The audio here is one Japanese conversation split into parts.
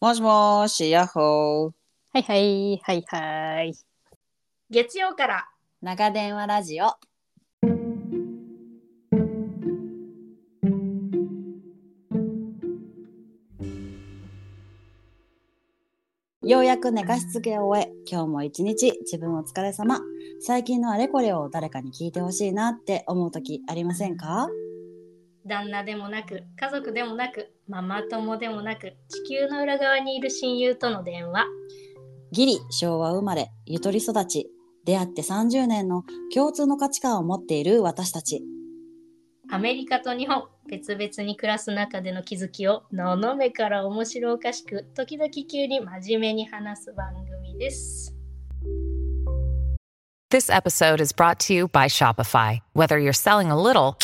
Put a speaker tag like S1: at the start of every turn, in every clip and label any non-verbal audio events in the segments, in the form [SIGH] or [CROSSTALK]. S1: もしもーし、ヤッホー。
S2: はいはい、はいはい。
S3: 月曜から
S1: 長電話ラジオ。ようやく寝かしつけを終え、今日も一日自分お疲れ様。最近のあれこれを誰かに聞いてほしいなって思う時ありませんか
S3: 旦那でもなく家族でもなくママ友でもなく地球の裏側にいる親友との電話
S1: ギリ昭和生まれゆとり育ち出会って30年の共通の価値観を持っている私たち
S3: アメリカと日本別々に暮らす中での気づきを斜めから面白おかしく時々急に真面目に話す番組です。
S4: This episode is brought to you by Shopify. Whether you're selling a little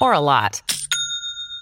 S4: or a lot,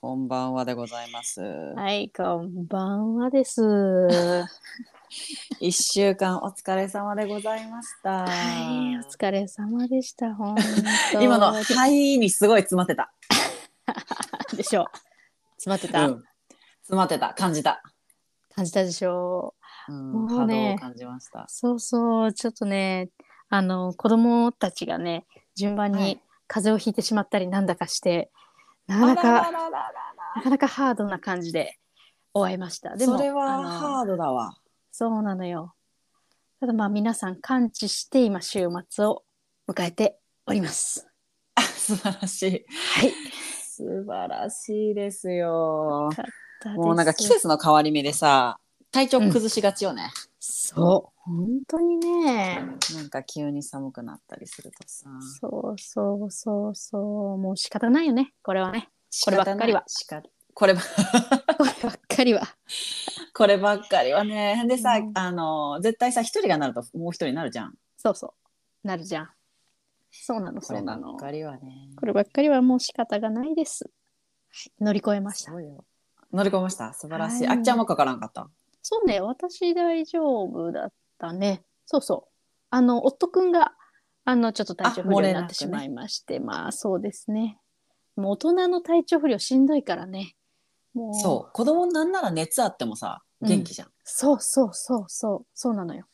S1: こんばんはでございます
S2: はい、こんばんはです。は
S1: 一週間お疲れ様でございました、
S2: い、お疲れ様でした。本当
S1: 今の「はい」にすごい詰まってた、
S2: でしょう。詰まってた、
S1: うん詰まってた感じた、
S2: 感じたでしょ
S1: うん、
S2: もう
S1: 波動
S2: ね
S1: を感じました
S2: う。そうそう、ちょっとね、あの子供たちがね、順番
S1: はい
S2: に風邪をひいてしまったりなんだかして、
S1: あ
S2: な
S1: らら
S2: かなから
S1: らら
S2: なかなかハードな感じで終わりました。でも
S1: それは
S2: あの
S1: ハードだわ [LAUGHS]
S2: そうなのよ。ただまあ皆さん感知して今週末を迎えております。
S1: あ素晴らしい
S2: はい。
S1: 素晴らしいですよ
S2: ただです
S1: もうなんか季節の変わり目でさ体調崩しがちよね、
S2: そう。本当にね。
S1: なんか急に寒くなったりするとさ
S2: そうそうそうそう。もう仕方ないよね。これはね。こればっかりは
S1: 仕方ない仕方これば
S2: こればっかりは。
S1: こればっかりはねでさ、
S2: うん
S1: あの絶対さ一人がなるともう一人になるじゃん
S2: そうそう。なるじゃん。そうなの、
S1: こ
S2: そ
S1: れ
S2: う
S1: ば
S2: なの。
S1: っ
S2: こ
S1: かりはね
S2: ればっかりはもう仕方がないです。乗り越えまし
S1: す
S2: た。
S1: ごいよ乗り込みました素晴らしい、
S2: はい
S1: あっちゃんもかからんかった
S2: そうね、私大丈夫だったね。そうそう。あの、夫くんが、あの、ちょっと体調不良になってしまいまして、まあ、そうですね。もう大人の体調不良しんどいからね。もう、
S1: そう子供なんなら熱あってもさ元気じゃん、
S2: そうそうそうそう、そうなのよ。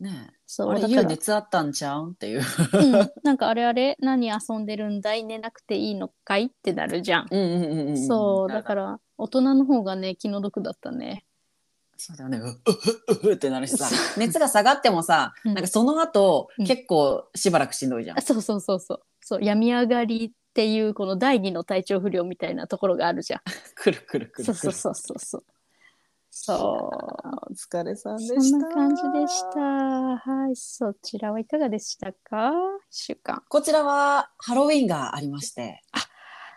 S1: ねえ
S2: そう、
S1: 俺
S2: だか
S1: ゆう
S2: ら
S1: 熱あったんちゃうんっていう
S2: うん、なんかあれあれ、何遊んでるんだい寝なくていいのかいってなるじゃん。
S1: うんうんうんうん
S2: そう、だからら、大人の方がね、気の毒だったね。
S1: そうだよねうううううってなるしさ熱が下がってもさ、
S2: うん
S1: なんかその後、
S2: うん
S1: 結構しばらくしんどいじゃん
S2: あ、 [LAUGHS] そうそうそうそう。そう、病み上がりっていう、この第二の体調不良みたいなところがあるじゃん。
S1: くるくるくるく
S2: そ
S1: る
S2: うそうそうそうそう。そ
S1: お疲れさん
S2: う。
S1: で
S2: そ
S1: した
S2: んな感じでした。はい、そちらはいかがでしたか？一週間。
S1: こちらはハロウィンがありまして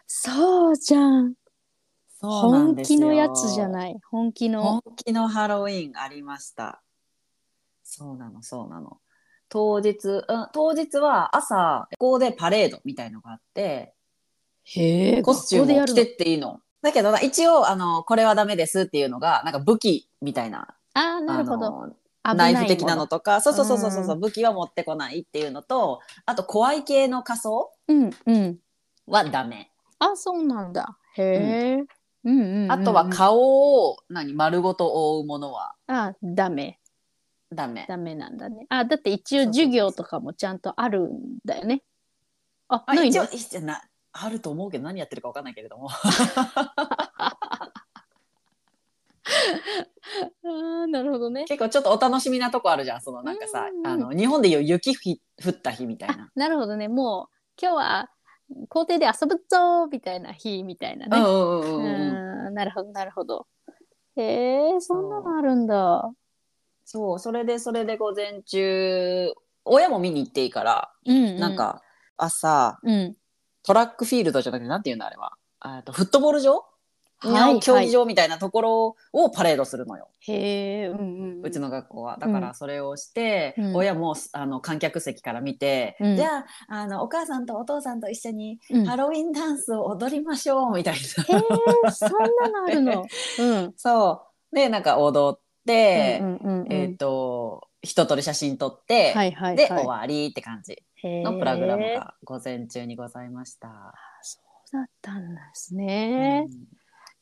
S2: そうじゃん。
S1: そうなん
S2: 本
S1: です
S2: 気
S1: よ
S2: のやつじゃない。本気
S1: 本
S2: の。
S1: 気のハロウィンありました。そうなの、そうなの。当日、うん、当日は朝、学校でパレードみたいのがあって、
S2: へえ
S1: コスチュームを着てっ。
S2: の
S1: ていいの。だけどな、一応、あの、これはダメですっていうのが、なんか武器みたいな、
S2: あーなるほど。
S1: あの
S2: 危
S1: ナ
S2: い
S1: イ
S2: も
S1: フ的なの。とか、そうそうそうそうそう
S2: うん
S1: 武器は持ってこないっていうのと、あと、怖い系の仮装
S2: うんうん。
S1: はダメ。
S2: あそうなんだ。へえ。うんうんうんうん。
S1: あとは顔を、何、丸ごと覆うものは
S2: あダメ
S1: ダメ。
S2: ダメなんだね。あだって一応
S1: そうそうそう
S2: 授業とかもちゃんとあるんだよね。あ
S1: あ、
S2: ない
S1: 一
S2: の
S1: 応、？一応な、あると思うけど、何やってるかわかんないけれども。 [LAUGHS]
S2: あーなるほどね。
S1: 結構ちょっとお楽しみなとこあるじゃんそのなんかさ、
S2: うんうん
S1: あの日本でいう雪ひ降った日みたい
S2: あ
S1: な。
S2: なるほどねもう今日は校庭で遊ぶぞみたいな日みたいなね。
S1: うんうん
S2: う
S1: うんうん
S2: ーんなるほどなるほど。へえそんなのあるんだ。
S1: そうそれでそれで午前中親も見に行っていいから、
S2: うん、う
S1: なん。か朝
S2: うん。
S1: トラックフィールドじゃなくてなんていうんだあれはあとフットボール場
S2: はい
S1: 競技場みたいなところをパレードするのよ、
S2: へえ、うんうん。
S1: うちの学校はだか
S2: う
S1: らそれをして、
S2: うん
S1: 親もあの観客席から見て、
S2: うん
S1: じゃああのお母さんとお父さんと一緒に
S2: うん。
S1: ハ
S2: へ
S1: ロウィンダンスを踊りましょうみたい
S2: え
S1: な、、
S2: そんなのあるの。うん。
S1: [LAUGHS] そうでなんか踊って、
S2: うんうんうん
S1: えっ、と一通り写真撮って、
S2: はいはいはい。
S1: で終わりって感じのプログラム
S2: へえ
S1: が午前中にございました。
S2: そうだったんですね
S1: う。ん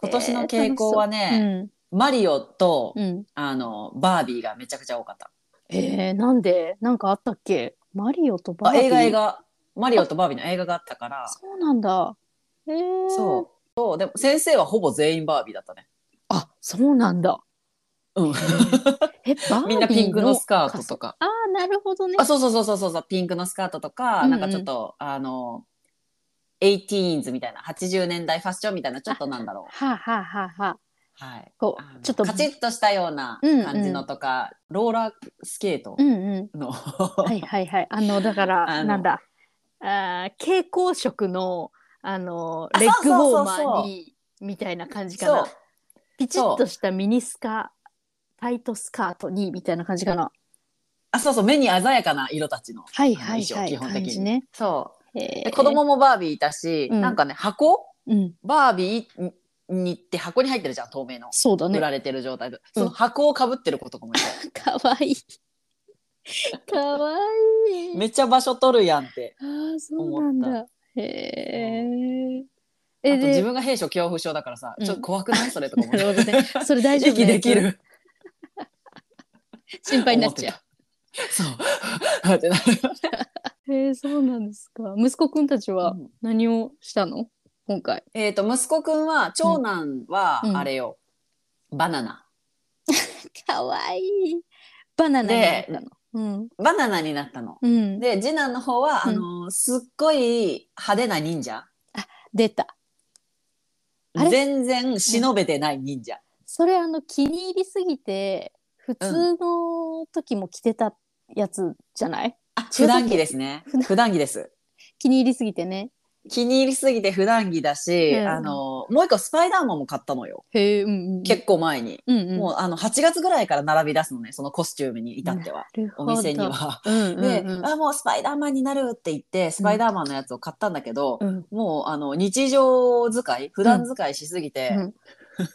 S1: 今年の傾向は
S2: う
S1: ね、
S2: ん。
S1: マリオと、
S2: うん。
S1: あのバービーがめちゃくちゃ多かった。
S2: えー、なんでなんかあったっけマリオとバー
S1: あ
S2: ビー
S1: 映画映画マリオとバービーの映画があったから、
S2: そうなんだ。えー、
S1: そうそうでも先生はほぼ全員バービーだったね。
S2: あそうなんだ。
S1: うん、
S2: えバービー
S1: [LAUGHS]
S2: の
S1: みんなピンクのスカートとか。
S2: ああなるほどね
S1: あ。そうそうそうそうそうそうピンクのスカートとか、
S2: うんうん
S1: なんかちょっとあの 18s みたいな80年代ファッションみたいなちょっとなんだろう
S2: はあ、はあはあはあ、
S1: はい
S2: こ
S1: あの
S2: うちょっと
S1: カチッとしたような感じのとか、ローラースケート
S2: うんう
S1: [LAUGHS] の、
S2: んはいはいはいあのだか
S1: あ
S2: ら
S1: の
S2: なんだあー蛍光色のあの
S1: あ
S2: レッグウ
S1: そうそ
S2: ォー
S1: う
S2: マ
S1: そうそう
S2: ーにみたいな感じか
S1: そう
S2: なピチッとしたミニスカタイトスカートにみたいな感じかな
S1: あそうそう目に鮮やかな色たちの
S2: はいはい
S1: あの衣装
S2: はい
S1: 基本的に
S2: 感じね、
S1: そう
S2: え
S1: で子供もバービーいたし、
S2: うん
S1: なんかね箱
S2: うん
S1: バービーにって箱に入ってるじゃん透明の
S2: そうだ
S1: 売
S2: ね
S1: られてる状態で、その箱をかぶってる子とか
S2: [LAUGHS]
S1: もいて、
S2: かわいいかわいい
S1: めっちゃ場所取るやんって
S2: ああそうなん
S1: 思
S2: だへえ
S1: あ
S2: え
S1: と
S2: で
S1: 自分が兵所恐怖症だからさ、
S2: うん
S1: ちょっと怖くないそれとか思っ
S2: [LAUGHS] な
S1: て
S2: るほどね。それ大丈夫
S1: 息 [LAUGHS]
S2: ね
S1: できる
S2: 心配になっちゃ
S1: 思ってたそう [LAUGHS] ってなる
S2: う。へえそうなんですか。息子くんたちは何をしたの今回。
S1: えっと息子くんは長男は
S2: うん
S1: あれよ、バナナ
S2: かわいい。バナナになったの。うん。
S1: バナナになったの
S2: うん。
S1: で次男の方は、
S2: うん
S1: あのーすっごい派手な忍者
S2: 出た。あれ
S1: 全然忍べてない忍者、
S2: それあの気に入りすぎて普通の時も着てたやつじゃない、
S1: あ普段着ですね
S2: 普段
S1: 普段着です
S2: 気に入りすぎてね。
S1: 気に入りすぎて普段着だし、
S2: うん
S1: あのーもう一個スパイダーマンも買ったのよ、
S2: へえうんうん。
S1: 結構前に、
S2: うんうん。
S1: もうあの8月ぐらいから並び出すのねそのコスチュームに至っては、
S2: なるほ
S1: お
S2: ど
S1: 店に。は。
S2: うんうんうん、
S1: [LAUGHS] で、あもうスパイダーマンになるって言ってスパイダーマンのやつを買ったんだけど、
S2: うん
S1: もうあの日常使い普段使いしすぎて、
S2: うん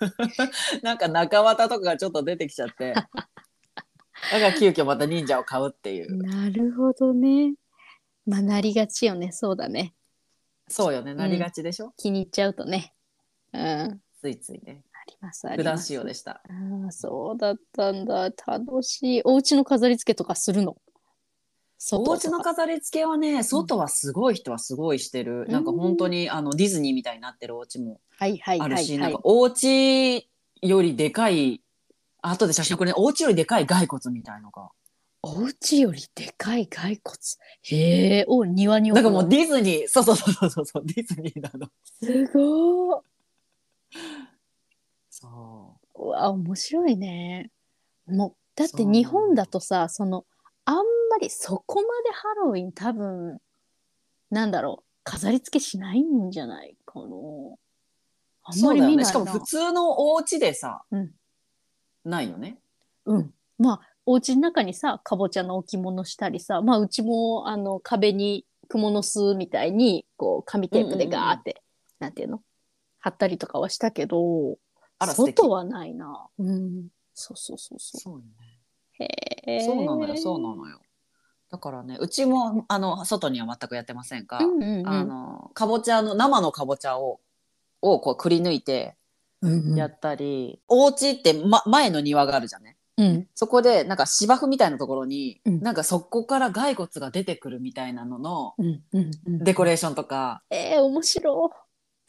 S1: [LAUGHS] なんか中綿とかがちょっと出てきちゃって
S2: [LAUGHS]
S1: だから急遽また忍者を買うっていう
S2: なるほどね。まあなりがちよね。そうだね。
S1: そうよねなりがちでしょ、
S2: 気に入っちゃうとね。うん。
S1: ついついね
S2: ありますあ
S1: 普
S2: り
S1: 段
S2: ま
S1: 仕
S2: す。
S1: 様でした
S2: ああそうだったんだ楽しいお家の飾り付けとかするの
S1: お
S2: 外
S1: 家
S2: と
S1: の
S2: か
S1: 飾り付けはね外はすごい人はすごいしてる、
S2: うん
S1: なんか本当にあのディズニーみたいになってるお家も
S2: はいはい
S1: あ
S2: はい
S1: る
S2: は
S1: し、なん
S2: い
S1: かお家よりでかい後で写真これねお家よりでかい骸骨みたいのが
S2: お家よりでかい骸骨へえお庭に置
S1: な
S2: く
S1: んかも
S2: の
S1: うディズニーそうそうそうそうそうディズニーなの
S2: すご
S1: そ
S2: いうわ面白いねもうだっ
S1: そ
S2: て
S1: うなの
S2: 日本だとさそのあんまりそこまでハロウィン多分なんだろう飾り付けしないんじゃないかなあ
S1: うん
S2: ま
S1: そう
S2: り
S1: だよ
S2: 見ない
S1: ね
S2: な
S1: しかも普通のお家でさ、
S2: うん
S1: ないよね
S2: うん、まあお家の中にさかぼちゃの置物したりさ、まあ、うちもあの壁に蜘蛛の巣みたいにこう紙テープでガーって、なんていうの貼ったりとかはしたけど
S1: あら素敵
S2: 外はないな、うん、そうそうそうそ
S1: そう,、
S2: うへえ
S1: そうなのよそうなのよだからねうちもあの外には全くやってませんが、
S2: うんうんうん
S1: あのかぼちゃの生のかぼちゃををこうくり抜いて
S2: うんうん
S1: やったり、お家って、ま、前の庭があるじゃんね
S2: うん
S1: そこでなんか芝生みたいなところに、
S2: うん
S1: なんかそこから骸骨が出てくるみたいなのの
S2: うんうんうん
S1: デコレーションとか、
S2: えー、面白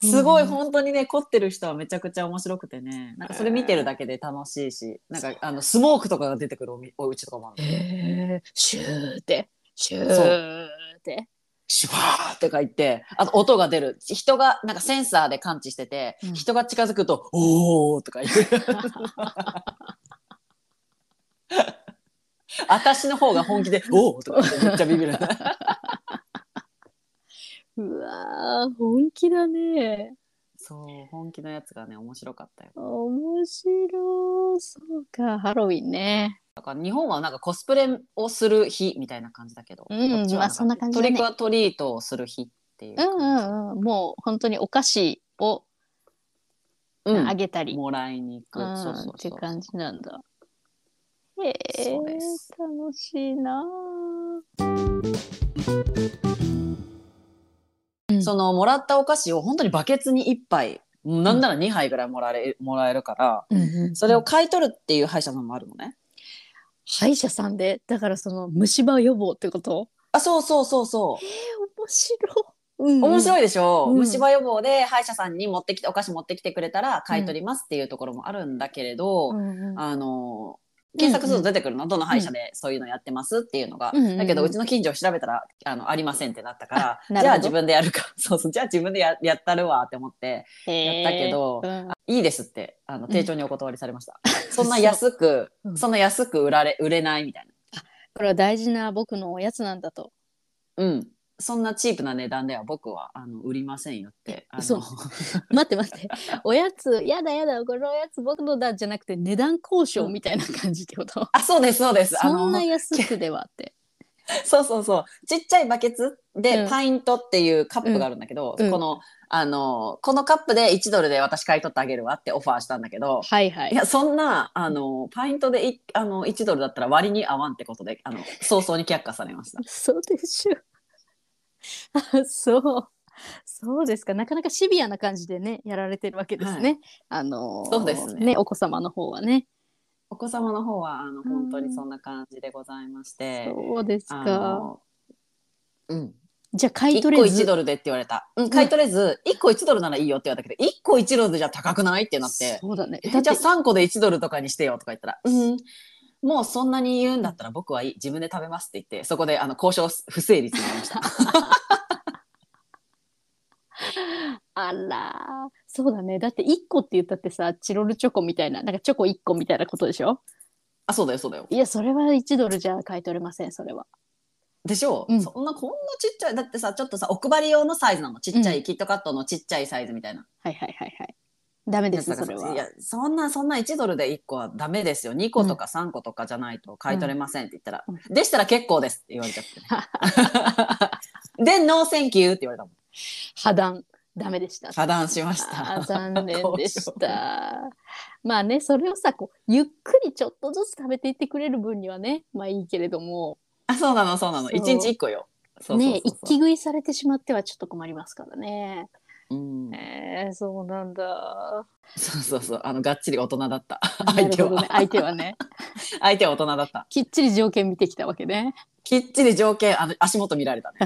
S2: い
S1: すごい
S2: うん
S1: 本当にね凝ってる人はめちゃくちゃ面白くてねなんかそれ見てるだけで楽しいしなんかあのスモークとかが出てくるおみお家とかもある
S2: へえシューってシュ
S1: そ
S2: ーって
S1: シュワーって書いてあと音が出る人がなんかセンサーで感知してて、
S2: うん
S1: 人が近づくと「おー」とか言 [LAUGHS] う私の方が本気 [LAUGHS] で「おー」とか言ってめっちゃビビる。
S2: うわー本気だね
S1: [LAUGHS] そう、本気のやつがね、面白かったよ。
S2: 面白そうか、ハロウィンね。
S1: だから日本はなんかコスプレをする日みたいな感じだけど、
S2: うん
S1: こっちは
S2: まあそんな感じだね
S1: トリックアトリートをする日っていう
S2: う
S1: 感じ。
S2: んうんうん、もう本当にお菓子を
S1: うん
S2: あげたり、
S1: もらいに行く。
S2: うん
S1: そうそうそう。
S2: っていう感じなんだ。へえ
S1: そうです
S2: 楽しいなうん
S1: そのもらったお菓子を本当にバケツに1杯、なんなら2杯ぐらいもらえるもらえるから、それを買い取るっていう歯医者さんもあるのね。
S2: 歯医者さんでだからその虫歯予防ってこと
S1: あ、そうそうそうそ
S2: 面白、うん
S1: う。面白
S2: い
S1: いでしょ、
S2: うん
S1: 虫歯予防で歯医者さんに持ってきて、お菓子持ってきてくれたら買い取りますっていうところもあるんだけれど、あの、検索すると出てくるの、どの歯医者でそういうのやってますっていうのが。
S2: うんうんうん
S1: だけど、うちの近所を調べたら、あの、ありませんってなったから、
S2: あなるほど
S1: じゃあ自分でやるか。 [LAUGHS] そうそう、じゃあ自分でややったるわって思って、やったけど
S2: うん
S1: いいですって、あの、丁重にお断りされました。 [LAUGHS] そんな
S2: そう
S1: 安く、
S2: [LAUGHS] うん
S1: そんな安く売られ、売れないみたい
S2: これは大事な僕のおやつなんだと [LAUGHS]
S1: な。うん。そんなチープな値段では僕は、あの、売りませんよって。あの
S2: 嘘待って待っておやつやだやだこのおやつ僕のだじゃなくて値段交渉みたいな感じってこ
S1: [LAUGHS]
S2: と、
S1: あ、そうです、そうです。あ
S2: そん
S1: の
S2: な、安くではって
S1: そうそうそう。ちっちゃいバケツ
S2: う
S1: で
S2: ん
S1: パイントっていうカップがあるんだけど、
S2: うん
S1: この、あの、このカップで1ドルで私買い取ってあげるわってオファーしたんだけど、
S2: はいはい
S1: いや、そんな、あの、パイントでいあの1ドルだったら割に合わんってことで、あの、早々に却下されま
S2: [LAUGHS]
S1: した。
S2: そうでしょ。あそう。そうですか。なかなかシビアな感じでね、やられてるわけですね。
S1: はい
S2: あのー
S1: そうですね
S2: お子様の方はね。
S1: お子様の方は、あの、
S2: うん
S1: 本当にそんな感じでございまして、
S2: そうです
S1: あ
S2: か。
S1: の、うん。
S2: じゃあ買い
S1: 1
S2: 取れ
S1: 個
S2: ず。
S1: 1ドルでって言われた。うん、買い取れず、1個1ドルならいいよって言われたけど、1個1ドルじゃ高くないってなって、
S2: そうだね。
S1: え
S2: だっ
S1: じ
S2: て
S1: ゃあ3個で1ドルとかにしてよとか言ったら、うん、もうそんなに言うんだったら僕はいい、自分で食べますって言って、そこであの交渉不成立になりま
S2: [LAUGHS]
S1: した。
S2: あらー、そうだね。だって一個って言ったってさ、チロルチョコみたいな、なんかチョコ一個みたいなことでしょ。
S1: あ、そうだよ、そうだよ。
S2: いや、それは一ドルじゃ買い取れません。それは。
S1: でしょう、
S2: うん
S1: そんな、こんなちっちゃい、だってさ、ちょっとさ、お配り用のサイズなの。ちっちゃい、キットカットのちっちゃいサイズみたいな。
S2: はいはいはいはい。ダメで
S1: やつ
S2: す。
S1: だか
S2: そ
S1: ら
S2: れ
S1: いや
S2: は。、
S1: そんな、そんな1ドルで1個はダメですよ。2個とか3個とかじゃないと買い取れませんって言ったら、
S2: うん
S1: でしたら結構ですって [LAUGHS] 言われ
S2: [LAUGHS]
S1: ちゃって、ね。で、ノーセンキューって言われたもん。
S2: 破談。ダメでした。
S1: 遮断しまし
S2: あ
S1: た。
S2: ー残念でし
S1: 交渉 [LAUGHS]
S2: た。まあね、それをさ、こう、ゆっくりちょっとずつ食べていってくれる分にはね、まあいいけれども、
S1: あ、そうなの、そうなの。
S2: そう
S1: 一日一個よ。そうそうそう
S2: ね、一気食いされてしまってはちょっと困りますからね。
S1: うん
S2: えー、そうなんだ。
S1: そうそうそう。あの、がっちり大人だった。相手
S2: [LAUGHS] なるほど
S1: は
S2: ね。相手はね、
S1: 相手は大人だった。
S2: きっちり条件見てきたわけね。
S1: きっちり条件、あの、足元見られ
S2: [LAUGHS]
S1: たね。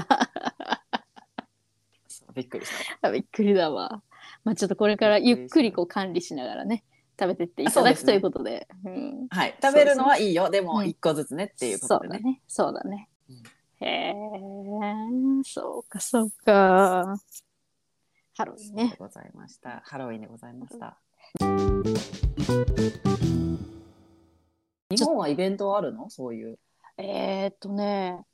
S1: そうびっくりした。
S2: あびっくりだわ。まあちょっとこれからゆっくりこう管理しながらね、食べてっていた
S1: そう
S2: だ
S1: で
S2: く
S1: す
S2: と
S1: ね
S2: いうことで。うん
S1: はい。食べるのはいいよ。で
S2: う
S1: も、
S2: ん
S1: 一個ずつねっていうことでね。
S2: そうだね。そうだね。へえ、そうか、そうか。ハロウィン
S1: で
S2: ね。
S1: ございました。ハロウィンでございました。日本はイベントはあるのそういう。
S2: えーっとね、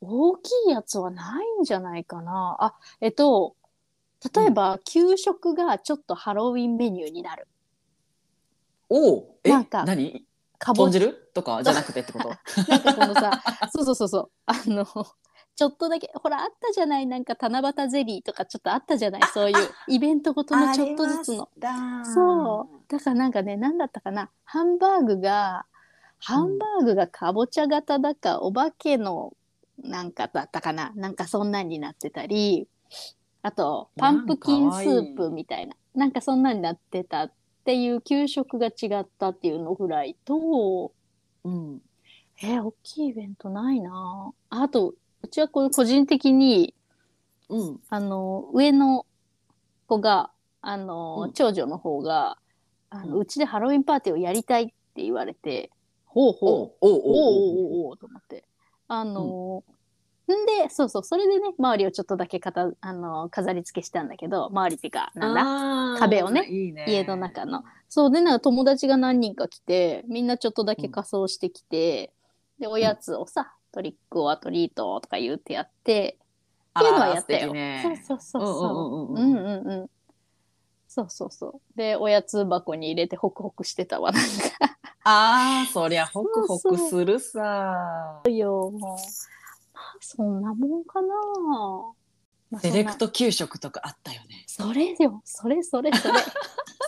S2: 大きいやつはないんじゃないかな。あ、えっと、例えば、給食がちょっとハロウィンメニューになる。
S1: おおえ
S2: なんか
S1: 何
S2: かぼ
S1: 豚
S2: ち
S1: 汁とかじゃなくてってこと
S2: なんかこ
S1: [LAUGHS]
S2: のさ、そうそうそうそう、あの、ちょっとだけ、ほら、あったじゃない、なんか七夕ゼリーとかちょっとあったじゃない、 [LAUGHS] そういうイベントごとのちょっとずつの。。そう。だからなんかね、何だったかな。ハンバーグが、ハンバーグがかぼちゃ型だか、お化けのなんかだったかな。なんかそんなんになってたり、あと、パンプキンスープみたいな。なんかそんなんになってたっていう給食が違ったっていうのぐらいと、
S1: う。うん。
S2: えー大きいイベントないなああと、うちはこう個人的に、
S1: うん。
S2: あの上の子があ
S1: う
S2: の、
S1: ん
S2: 長女の方があの、
S1: う
S2: うんちでハロウィンパーティーをやりたいって言われてほう
S1: お
S2: ほう
S1: うおうお
S2: おうお
S1: うおう
S2: うおうおうと思ってあの、んでそうそうそれでね周りをちょっとだけかたあの飾り付けしたんだけど周りっていうかなんだ
S1: あー
S2: 壁をね
S1: いいね
S2: 家の中のそうでなんか友達が何人か来てみんなちょっとだけ仮装してきて、でおやつをさトリックオアトリートとか言うてやって、っていうのはやったよ。
S1: あらら素敵ね
S2: そうそうそうそ
S1: うん
S2: う。
S1: うんうん
S2: う
S1: うんん
S2: うんうん。そうそうそう。で、おやつ箱に入れてホクホクしてたわ。なんか
S1: ああ、そりゃホクホ
S2: そう
S1: ク
S2: そう
S1: するさ。
S2: まあ、そんなもんかな。まあ
S1: セレクト給食とかあったよね。
S2: そんなそれよ、それそれ [LAUGHS] それ。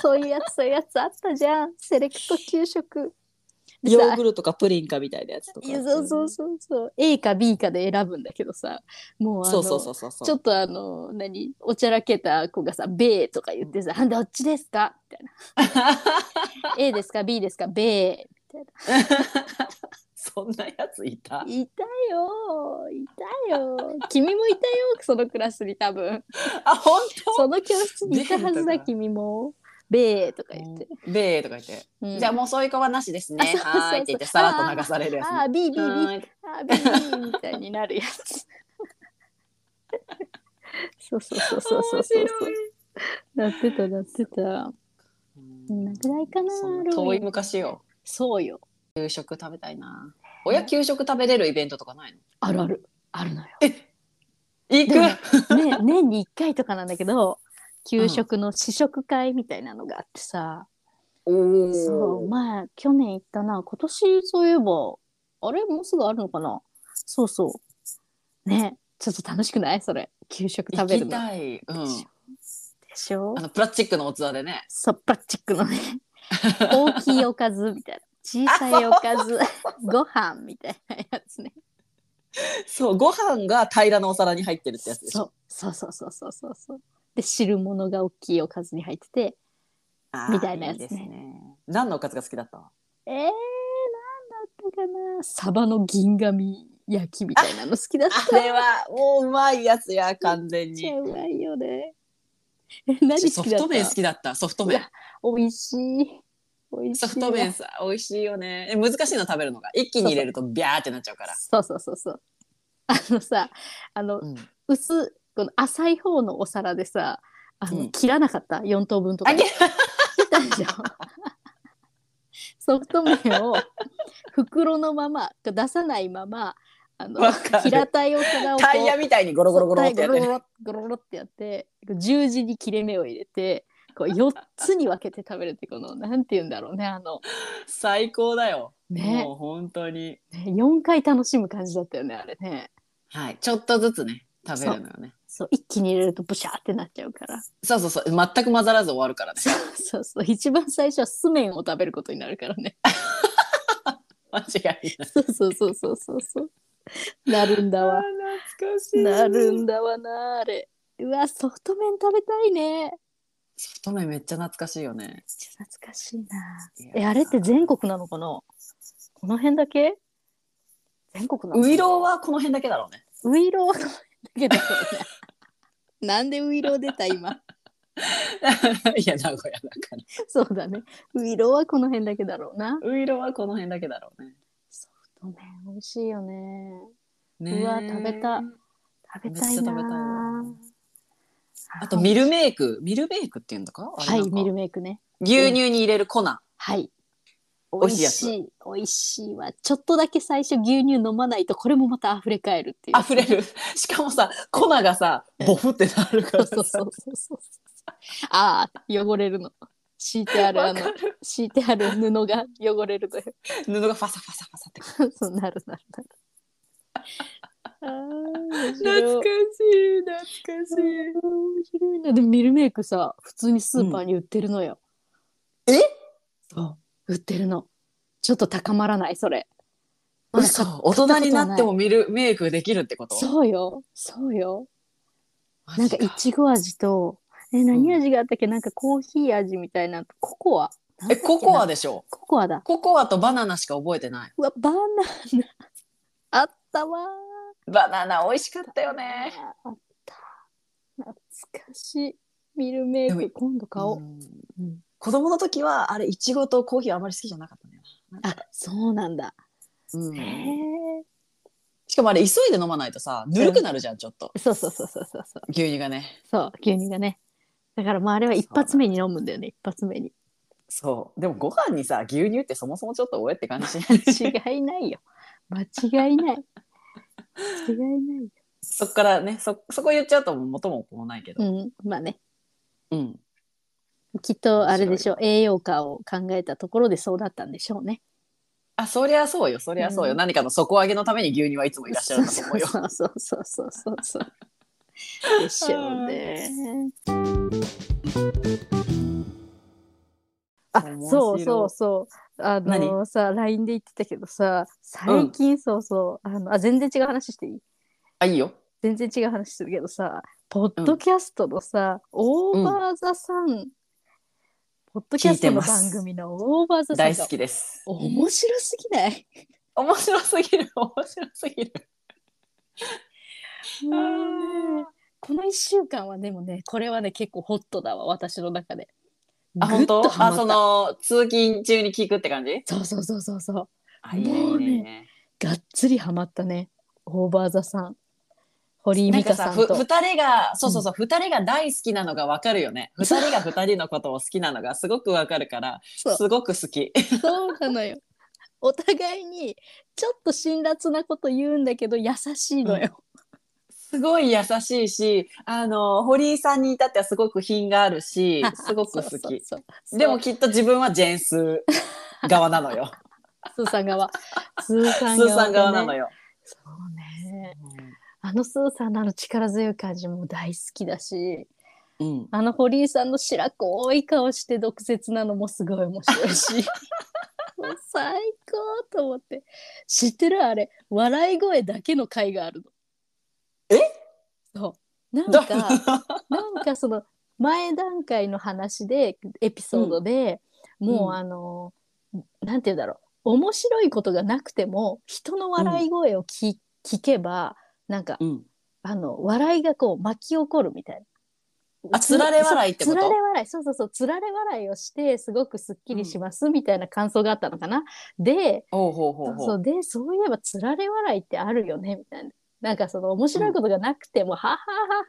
S2: そういうやつ、そういうやつあったじゃん。セレクト給食。で
S1: ヨー
S2: さ
S1: グルトかプリンかみたいなやつとか。
S2: いやそうそうそうそう。A か B かで選ぶんだけどさ、もうあ
S1: そ
S2: の
S1: うそうそうそうそう。
S2: ちょっとあの、何、おちゃらけた子がさ、ベーとか言ってさ、あんたどっちですかみたいな。A ですか ?B ですかベー。
S1: [LAUGHS] そんなやついた
S2: いたよいたよ君もいたよそのクラスに多 [LAUGHS] 分
S1: あ、本
S2: その教室にいたはず
S1: ベー
S2: だ
S1: とか
S2: 君もベーとか言って、
S1: 当べーとか言って。
S2: うん
S1: じゃあもうそういう子はなしです
S2: あ
S1: ね。
S2: そうそうそう
S1: はーいって言ってさらっと流されるやつね。
S2: あー B B B
S1: はーい
S2: あー B B みたいになるや [LAUGHS] つそうそうそうそうそうそうなってたなってたそんなぐらいかな
S1: そん
S2: ロー
S1: な遠
S2: リ
S1: い
S2: ン
S1: 昔よ。
S2: そうよ
S1: 給食食べたいな。親給食食べれるイベントとかないの
S2: あるあるあるのよ
S1: 行
S2: で
S1: く
S2: もね、年に1回とかなんだけど給食の試食会みたいなのがあってさ、
S1: お
S2: そう
S1: ー
S2: 前去年行ったな今年そういえばあれもうすぐあるのかなそうそうねちょっと楽しくないそれ給食食
S1: 行
S2: べる
S1: き
S2: ので
S1: たい。うん。
S2: しょ
S1: あのプラスチックのお器でね。
S2: そうプラスチック
S1: [LAUGHS]
S2: のね大きいおかずみたいな小さいおかずご飯みたいなやつね
S1: そう、ご飯が平らなお皿に入ってるってやつでし
S2: そ
S1: ょ。
S2: うそうそうそうそうそうそうで汁物が大きいおかずに入ってて
S1: あー
S2: みたいなやつ
S1: で
S2: ね
S1: すね。何のおかずが好きだった
S2: えー、なんだったかなサバの銀紙焼きみたいなの好きだった。
S1: あれはもううまいやつや、完全
S2: めっち
S1: に
S2: ゃ。うまいよね。え、 [LAUGHS] 何
S1: ソ
S2: 好き
S1: フ
S2: だ
S1: ト
S2: っ
S1: 麺好
S2: た
S1: きだった。ソフト麺。
S2: 美味しい。美味しい。
S1: ソフト麺。さ、美味しいよね。え難しいの食べるのが。一気に入れるとビャーってなっちゃうから。
S2: そうそうそうそう。あのさ、あの、
S1: うん
S2: 薄い、この浅い方のお皿でさ、あの、
S1: うん
S2: 切らなかった四等分とか。
S1: あげ
S2: 切ったでしょ
S1: [LAUGHS]
S2: ソフト麺を袋のまま出さないままあの
S1: わかる
S2: 平たいお皿をこう
S1: タイヤみたいにゴロゴロゴロってやっ
S2: ゴロ
S1: て
S2: ゴ
S1: ね。
S2: ロゴロゴロってやって十字に切れ目を入れてこう4つに分けて食べるってこのなんて言うんだろうねあの
S1: 最高だよ。
S2: ね
S1: もう本当に。
S2: ね4回楽しむ感じだったよねあれね
S1: はい。ちょっとずつね、食べるのよね。
S2: そう一気に入れるとブシャーってなっちゃうから
S1: そうそうそう。全く混ざらず終わるからね。 [LAUGHS]
S2: そうそうそう一番最初は酢麺を食べることになるからね
S1: 間違いない。
S2: そうそうそうそうそうそうなるんだわ
S1: 懐かし
S2: なるんだわなあれうわソフト麺食べたいねめっ
S1: ソフト麺めっちゃ懐かしいよね。
S2: ちゃ懐かしいない
S1: や
S2: えあれって全国なのかなこの辺だけ全国なの
S1: ウイローはこの辺だけだろうね。
S2: ウイローだけどね。なんでウイロー出た今。
S1: [LAUGHS] いや、名古屋だから。
S2: [LAUGHS] そうだね。ウイローはこの辺だけだろうな。
S1: ウイローはこの辺だけだろうね。
S2: ソフト麺美味しいよね。
S1: ねえ
S2: うわ食べた
S1: め
S2: 食べたいな。
S1: っちゃ食べたいわあとミルメイク、ミルメイクっていうんだか。あれな
S2: は
S1: いんか
S2: ミルメイクね。
S1: 牛乳に入れる粉。
S2: はい。
S1: 美味しいやつ
S2: 美味しい美味しいわ。ちょっとだけ最初牛乳飲まないとこれもまた溢れ返るっていう。
S1: 溢れ [LAUGHS] る。しかもさ、粉がさ、ボフってなるか
S2: そう
S1: ら
S2: そうそ
S1: さ
S2: う。そうそう。ああ汚れるの。敷いてあるあ
S1: わ
S2: の
S1: かる
S2: 敷いてある布が汚れるという。
S1: 布がファサファサファサって。
S2: そうなるなるなる。あー
S1: 懐
S2: 面白
S1: か
S2: い
S1: しい、懐かしい。
S2: 面白いなでもミルメイクさ普通にスーパーに売ってるのよ、
S1: そう。
S2: 売ってるのちょっと高まらないそれまだ買
S1: 嘘
S2: っ
S1: 大人になってもミルメイクできるってこと
S2: そうよそうよ
S1: マ
S2: なん
S1: ジ
S2: か
S1: か
S2: いちご味とえ何味があったっけ、なんかコーヒー味みたいなココア
S1: え、ココア
S2: だ
S1: でしょ
S2: ココアだ
S1: ココアとバナナしか覚えてないう
S2: わバナナあったわ
S1: バナナ美味しかったよ
S2: ーあった懐かしいミルメイ
S1: で
S2: ク
S1: も
S2: 今度買おう、うん
S1: 子供の時はあれいちごとコーヒーあまり好きじゃなかったんだよ
S2: あそうなんだ。へ
S1: な、
S2: え。
S1: しかもあれ急いで飲まないとさぬるくなるじゃんちょっと
S2: そうそうそうそうそうそう。
S1: 牛乳がね
S2: そう牛乳がね。だからまああれは一発目に飲むんだよね一発目に。
S1: そうでもご飯にさ牛乳ってそもそもちょっとおえって感じ [LAUGHS]
S2: 違いないよ。 [LAUGHS] 間違いない。間違いないよ。
S1: そっからねそそこ言っちゃうともう元も子もないけど
S2: うんまあね。
S1: うん
S2: きっとあれでしょう栄養価を考えたところでそうだったんでしょうね。
S1: あそりゃそうよそりゃそうよ、
S2: うん
S1: 何かの底上げのために牛乳はいつもいらっしゃ
S2: そう
S1: ると
S2: そ
S1: 思う
S2: う
S1: よ。
S2: そうそうそうそうそう。でしょうね。あ
S1: 面白い
S2: そうそうそう。あの
S1: 何
S2: さ LINE で言ってたけどさ最近そうそう、あのあ全然違う話していい
S1: あいいよ。
S2: 全然違う話するけどさポッドキャストのさ、オーバーザさん、ポッドキャストの番組のオーバーザさん
S1: 大
S2: が
S1: 好きです。
S2: 面白すぎない
S1: 面白すぎる [LAUGHS] 面白すぎる。
S2: もうねこの1週間はでもねこれはね結構ホットだわ私の中で
S1: あ本
S2: ぐ
S1: 当
S2: っとハマ
S1: あ
S2: った
S1: その通勤中に聞くって感じ
S2: そうそうそうそうそう
S1: あいい
S2: もう
S1: ね
S2: ね
S1: いいね。
S2: がっつりハマったねオーバーザさん堀井
S1: なん
S2: 美
S1: か
S2: 香
S1: さ
S2: さん
S1: ふ
S2: と
S1: 二人がそうそうそう二人が大好きなのがわかるよね。二人が二人のことを好きなのがすごくわかるから
S2: そう
S1: すごく好き。
S2: そうなのよ [LAUGHS] お互いにちょっと辛辣なこと言うんだけど優しいのよ、
S1: すごい優しいし、あの堀井さんに至ってはすごく品があるし、すごく好
S2: そうそう
S1: き。
S2: そうそう
S1: でもきっと自分はジェンス側なのよ。
S2: スーさん側。 [LAUGHS] スー
S1: ス
S2: さ
S1: ー
S2: ん側,、
S1: さん側なの。よ。
S2: そうね。あのスーさんのあの力強い感じも大好きだし、
S1: うん、
S2: あの堀井さんの白濃い顔して毒舌なのもすごい面白い
S1: [LAUGHS]
S2: し。もう最高と思って。知ってるあれ、笑い声だけの回があるの。
S1: え
S2: そう。なん
S1: だ
S2: か、なんかその前段階の話でエピソードで、もうあの、なんて言うんだろう面白いことがなくても人の笑い声をき、聞けばなんか
S1: うん、
S2: あの笑いがこう巻き起こるみたいな。
S1: あつられ笑いってこと
S2: そうつられ笑いそうそうそうつられ笑いをしてすごくすっきりしますみたいな感想があったのかな。で
S1: おうほうほうほ。
S2: そううでそういえばつられ笑いってあるよねみたいな。なんかその面白いことがなくても、ははは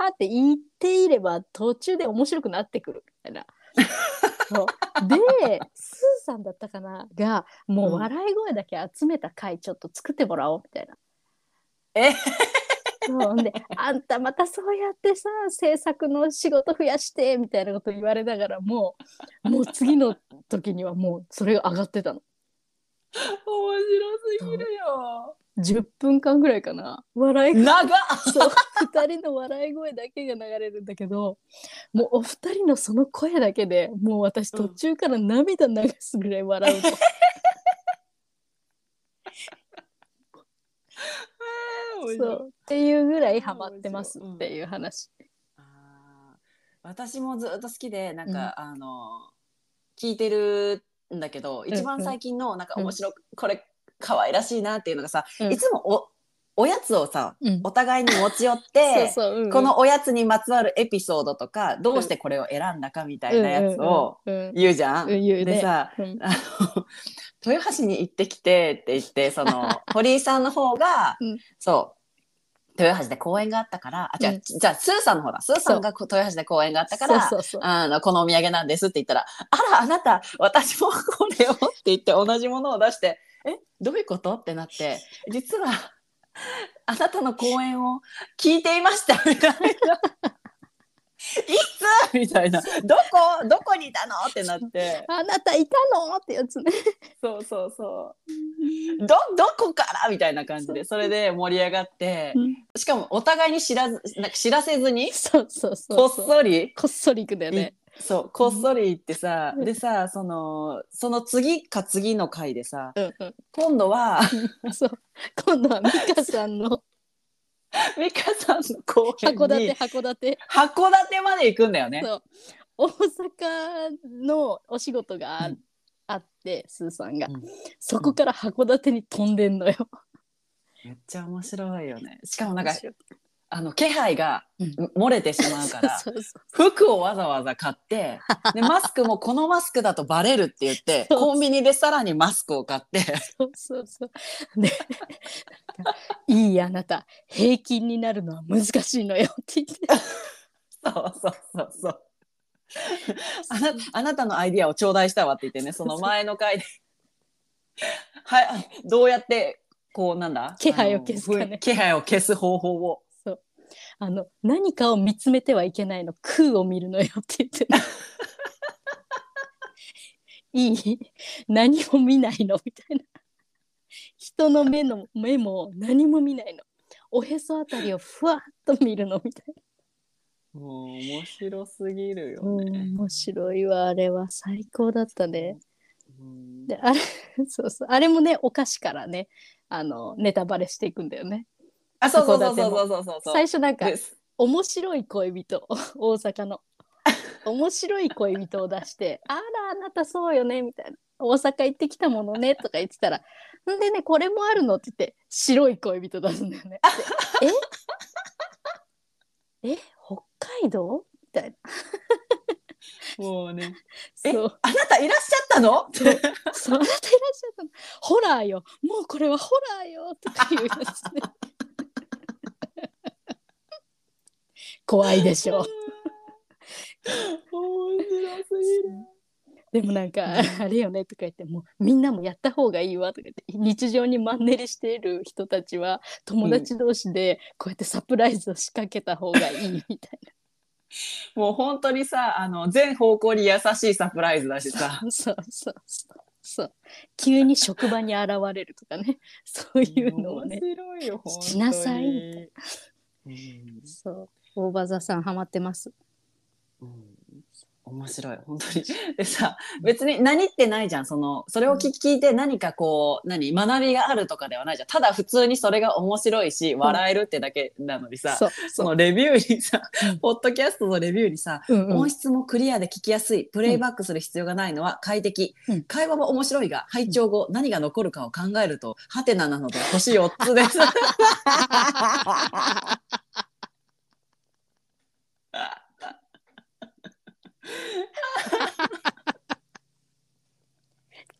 S2: はって言っていれば途中で面白くなってくるみたいな。そうでスーさんだったかながもう笑い声だけ集めた回ちょっと作ってもらおうみたいな。
S1: え
S2: そうで「あんたまたそうやってさ制作の仕事増やして」みたいなこと言われながらもうもう次の時にはもうそれが上がってたの。
S1: 面白すぎるよ。
S2: 10分間ぐらいかな笑い声
S1: 長っ。
S2: そう2人の笑い声だけが流れるんだけどもうお二人のその声だけでもう私途中から涙流すぐらい笑 [LAUGHS] うの、そうっていうぐらいハマってますっていう話。
S1: あー私もずっと好きでなんか、あの聞いてるんだけど
S2: ん
S1: 一番最近のなんか面白く、これ可愛らしいなっていうのがさ、
S2: うん
S1: いつもおおやつをさ
S2: うん
S1: お互いに持ち寄って
S2: [LAUGHS] そうそううんうん
S1: このおやつにまつわるエピソードとかどうしてこれを選んだかみたいなやつを
S2: うんうんうん
S1: 言うじゃん。
S2: うん言うね
S1: でさ
S2: うん
S1: あの豊橋に行ってきてって言ってそ
S2: [LAUGHS]
S1: の堀井さんの方が、
S2: うん
S1: そう豊橋で公園があったからあじゃあ、
S2: うん
S1: じゃあスーさんの方だスーさんがこ豊橋で公園があったから
S2: そうそうそう
S1: あのこのお土産なんですって言ったら「あらあなた私もこれを」って言って同じものを出して「えどういうこと?」ってなって実はあなたの公演を聞いていましたみ
S2: [LAUGHS]
S1: たいな。いつみたいな「どこどこにいたの?」ってなって
S2: あなたいたのってやつね。
S1: そうそうそう。ど、どこからみたいな感じで、それで盛り上がって、しかもお互いに知らず、なんか知らせずに、
S2: そうそうそう。
S1: こっそり、
S2: こっそり行くんだよね。
S1: そう、こっそり行ってさ、
S2: うん
S1: でさ、その、その次か次の回でさ、
S2: うんう
S1: 今度は、
S2: ん。そう。今度は美香さ
S1: [LAUGHS]
S2: んの
S1: 美香さんの公園
S2: 函館
S1: に、
S2: 函館
S1: 函館まで行くんだよね。
S2: そう大阪のお仕事があ,、
S1: うん
S2: あってスーさんが、
S1: うん
S2: そこから函館に飛んでんのよ。
S1: めっちゃ面白いよね。しかもなんか、あの、気配が漏れてしまうから、
S2: そうそうそう
S1: 服をわざわざ買ってでマスクもこのマスクだとバレるって言って
S2: そう
S1: コンビニでさらにマスクを買って
S2: そうそうそう。で、 [LAUGHS] なんかいいあなた、平均になるのは難しいのよって言って。
S1: そうそうそうそう [LAUGHS] あなあなたのアイディアを頂戴したわって言ってねその前の回ではいどうやってこうなんだ
S2: 気配を消すかね
S1: あのふい気配を消す方法を
S2: そう [LAUGHS] あの何かを見つめてはいけないの空を見るのよって言っていい何も見ないのみたいな人の目の目も何も見ないのおへそあたりをふわっと見るのみたい
S1: もう面白すぎるよ
S2: な、うん
S1: ね。
S2: 面白いわあれは最高だったね
S1: うん
S2: であれそうそうあれもねお菓子からねあのネタバレしていくんだよね
S1: あ、そうそうそうそうそうそうそう。
S2: 最初なんか
S1: です。
S2: 面白い恋人 [LAUGHS] 大阪の面白い恋人を出して「 [LAUGHS] あらあなたそうよね」みたいな「大阪行ってきたものね」とか言ってたら「んでねこれもあるの」って言って白い恋人出すんだよね。でええ [LAUGHS] 北海道みたい
S1: もうね。
S2: な
S1: え
S2: そう
S1: あなたいらっしゃったの？
S2: そうあなたいらっしゃったのホラーよもうこれはホラーよとか言うやつ [LAUGHS] ね怖いでしょ
S1: 面白す
S2: でもなんか「あれよね」とか言ってもうみんなもやった方がいいわとか言って日常にマンネリしている人たちは友達同士でこうやってサプライズを仕掛けた方がいいみたい
S1: ぎる。もう本当にさ、あの全方向に優しいサプライズだしさ。、
S2: な [LAUGHS] そうそうそうそう急に職場に現れるとかねそういうのをね
S1: 面白いよ本当に。
S2: しなさい
S1: う
S2: み
S1: ん
S2: そう大場座さんハマってます
S1: うん面白い本当
S2: [LAUGHS]
S1: にでさ別に何ってないじゃんそのそれを聞聞いて何かこう何学びがあるとかではないじゃんただ普通にそれが面白いし笑えるってだけなのにさ、
S2: そう
S1: そのレビューにさ、
S2: うん
S1: ポッドキャストのレビューにさ、
S2: うんうん
S1: 音質もクリアで聞きやすい、プレイバックする必要がないのは快適、
S2: うん
S1: 会話も面白いが、拝聴後何が残るかを考えると、ハテナなので星4つです。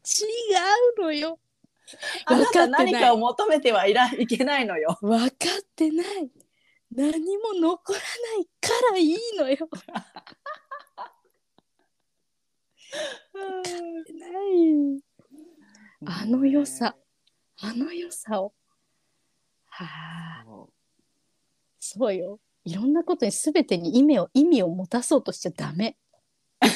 S2: 違うのよ
S1: あなた
S2: 分かって
S1: 何
S2: ない
S1: かを求めてはいらいけないのよ。
S2: 分かってない何も残らないからいいのよないあの良さ。あの良さを。はあ、そうよ。いろんなことに全てに意味を意味を持たそうとしちゃダメ。っ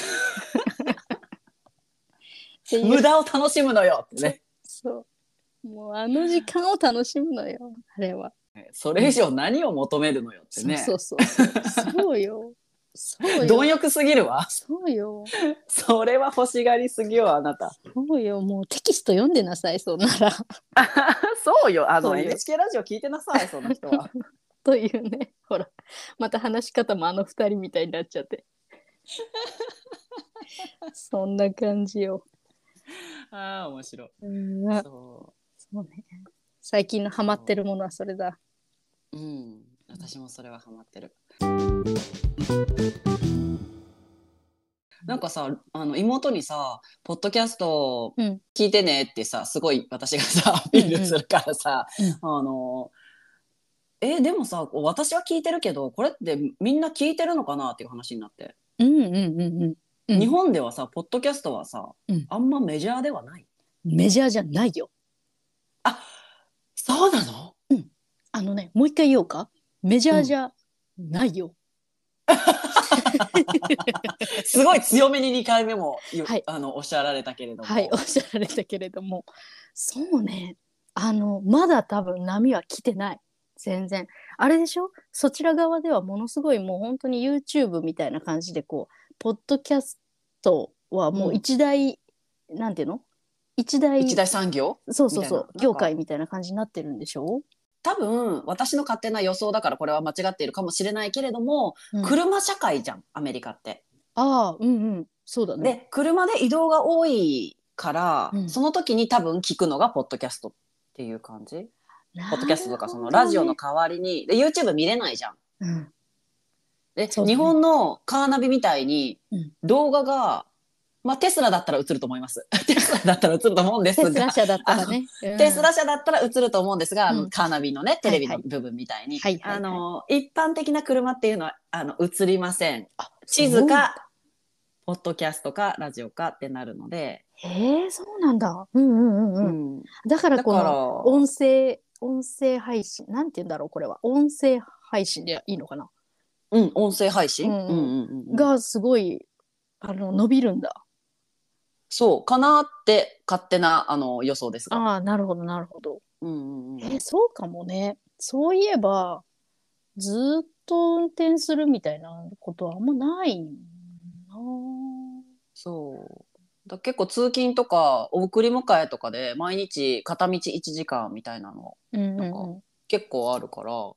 S2: ていう
S1: 無駄を楽しむのよってね。
S2: そう。もうあの時間を楽しむのよ。あれは。
S1: それ以上何を求めるのよってね。
S2: そうそうそうそう。そうよ。そう
S1: 貪
S2: よ。
S1: 欲すぎるわ。
S2: そうよ。
S1: それは欲しがりすぎよ、あなた。
S2: そうよ。もうテキスト読んでなさい、そうなら。 [LAUGHS]
S1: そうよ、あ
S2: そう
S1: の
S2: よ
S1: NHK ラジオ聞いてなさい、その人は。
S2: というね。ほら。また話し方もあの二人みたいになっちゃって。そんな感じよ。
S1: [LAUGHS] ああ、面白い。
S2: うんあ
S1: そ
S2: そうね。最近のハマってるものはそれだ。
S1: う。うん、私もそれはハマってる。なんかさ、あの妹にさ、ポッドキャスト
S2: うん
S1: 聞いてねってさ、すごい私がさ、アピールするからさ、あの。えでもさ私は聞いてるけどこれってみんな聞いてるのかなっていう話になって、
S2: うんうんうんうん。うん
S1: 日本ではさポッドキャストはさ、
S2: うん
S1: あんまメジャーではない
S2: メジャーじゃないよ。
S1: あそうなの
S2: あのね、もう一回言おうか。メジャーじゃないよ。 [LAUGHS]
S1: すごい強めに2回目もよ、
S2: はい
S1: あのおっしゃられたけれども、
S2: はい、おっしゃられたけれども。そうね。あの、まだ多分波は来てない。全然。あれでしょそちら側ではものすごいもう本当に YouTube みたいな感じでこう、ポッドキャストはもう一大、なんていうの一大、
S1: 一大産業
S2: そうそうそう
S1: みたいななんか
S2: 業界みたいな感じになってるんでしょ、
S1: 多分私の勝手な予想だからこれは間違っているかもしれないけれども、
S2: うん
S1: 車社会じゃんアメリカって。
S2: ああうんうんそうだね。
S1: で車で移動が多いから、
S2: うん
S1: その時に多分聞くのがポッドキャストっていう感じ、ポッドキャストとかそのラジオの代わりにで YouTube 見れないじゃん。
S2: なるほどね、
S1: で、
S2: そうだね
S1: 日本のカーナビみたいに
S2: うん
S1: 動画が、まあテスラだったら映ると思います。 [LAUGHS] テスラだったら映ると思うんで
S2: うん、テ
S1: す
S2: スラ
S1: が。
S2: 社だったらね。うん
S1: テスラ社だったら映ると思うんですが、あ
S2: う
S1: の
S2: ん
S1: カーナビのね、テレビの
S2: はい
S1: 部分みたいに、
S2: はいはいはい
S1: あの、一般的な車っていうのは、あの、映りません。地図か、ポッドキャストか、ラジオかってなるので、
S2: そうへえそうなんだ。うんうんうん
S1: う
S2: うん。
S1: ん。
S2: だから
S1: だ
S2: こ
S1: か
S2: の
S1: ら、
S2: 音声音声配信なんて言うんだろうこれは音声配信でいいのかな、
S1: うん、音声配信、
S2: うん
S1: うんうんうん
S2: がすごいあの伸びるんだ。
S1: そうかなって勝手なあの予想ですが。
S2: ああ、なるほど、なるほど。
S1: うんうんうん
S2: え、そうかもね。そういえば、ずーっと運転するみたいなことはあんまないな。
S1: そうだ結構通勤とかお送り迎えとかで毎日片道1時間みたいなの
S2: うん
S1: なんか結構あるからそ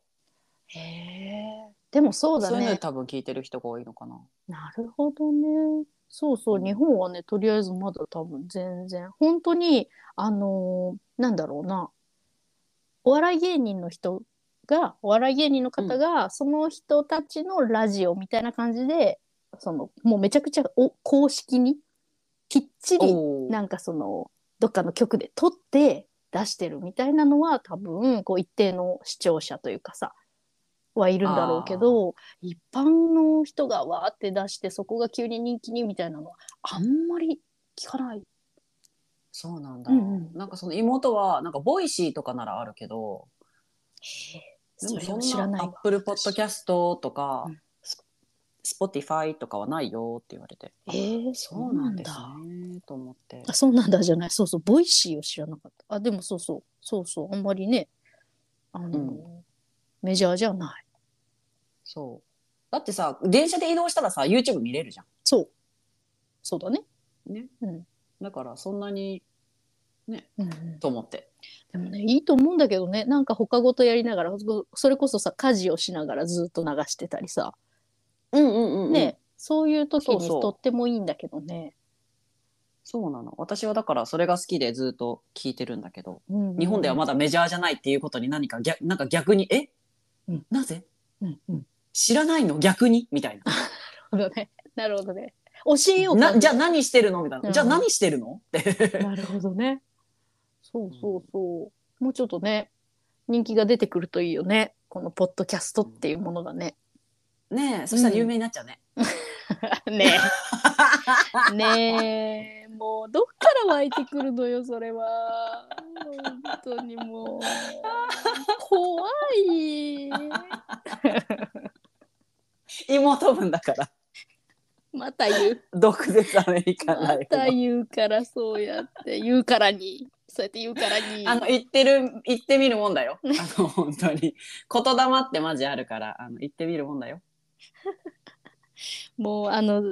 S2: へえ。でもそう
S1: う,、
S2: だ
S1: いうの
S2: ね
S1: で。多分聞いてる人が多いのかな。
S2: なるほどね。そうそう、日本はね、とりあえずまだ多分全然、本当に、あのーなんだろうな、お笑い芸人の人が、お笑い芸人の方が、その人たちのラジオみたいな感じで、その、もうめちゃくちゃお公式に、きっちり、
S1: おー
S2: なんかその、どっかの局で撮って出してるみたいなのは、多分、こう、一定の視聴者というかさ、はいるんだろうけど、一般の人がわーって出してそこが急に人気にみたいなのはあんまり聞かない。
S1: そうなんだ、
S2: うんうん
S1: なんかその妹はなんかボイシーとかならあるけどで
S2: そ
S1: も
S2: れを
S1: そ
S2: 知ら
S1: ん
S2: な
S1: ないア
S2: わ
S1: ップルポッドキャストとか、
S2: うん
S1: スポティファイとかはないよって言われて
S2: えー、
S1: そうなんですねと思って
S2: あそうなんだじゃないそうそうボイシーを知らなかったあでもそうそうそうそうあんまりねあの、
S1: うん
S2: メジャーじゃない
S1: そうだってさ電車で移動したらさ YouTube 見れるじゃ
S2: そうそうだね
S1: んね、
S2: うん
S1: だからそんなに
S2: うんうん
S1: と思って
S2: でもねいいと思うんだけどねなんか他ごとやりながらそれこそさ家事をしながらずっと流してたりさ
S1: うんうんう
S2: ね、そういう時
S1: そう
S2: に
S1: そう
S2: とってもいいんだけどね
S1: そうなの私はだからそれが好きでずっと聞いてるんだけど
S2: うんうん
S1: 日本ではまだメジャーじゃないっていうことに何か逆なんか逆にえ、
S2: うん
S1: なぜ
S2: うんうん
S1: 知らないの逆にみたいな
S2: なるほどね。なるほどね。教えようか
S1: なじゃあ何してるのみたいな、
S2: うん
S1: じゃあ何してるのって
S2: なるほどね。そうそうそう。もうちょっとね、人気が出てくるといいよね。このポッドキャストっていうものがね。
S1: ねえそしたら有名になっちゃうね、
S2: [LAUGHS] ねえ。ねえ。もうどっから湧いてくるのよ、それは。本当にもう。怖い。
S1: 妹分だから [LAUGHS]
S2: また言う。
S1: 毒舌アメリカンラ
S2: ま
S1: イフ
S2: た
S1: の
S2: 言うから、そうやって。言うからに。そうやって言うからに。
S1: あの言ってる言ってみるもんだよあの本当に言霊ってマジあるからあの言ってみるもんだよ
S2: もう、あの、あの、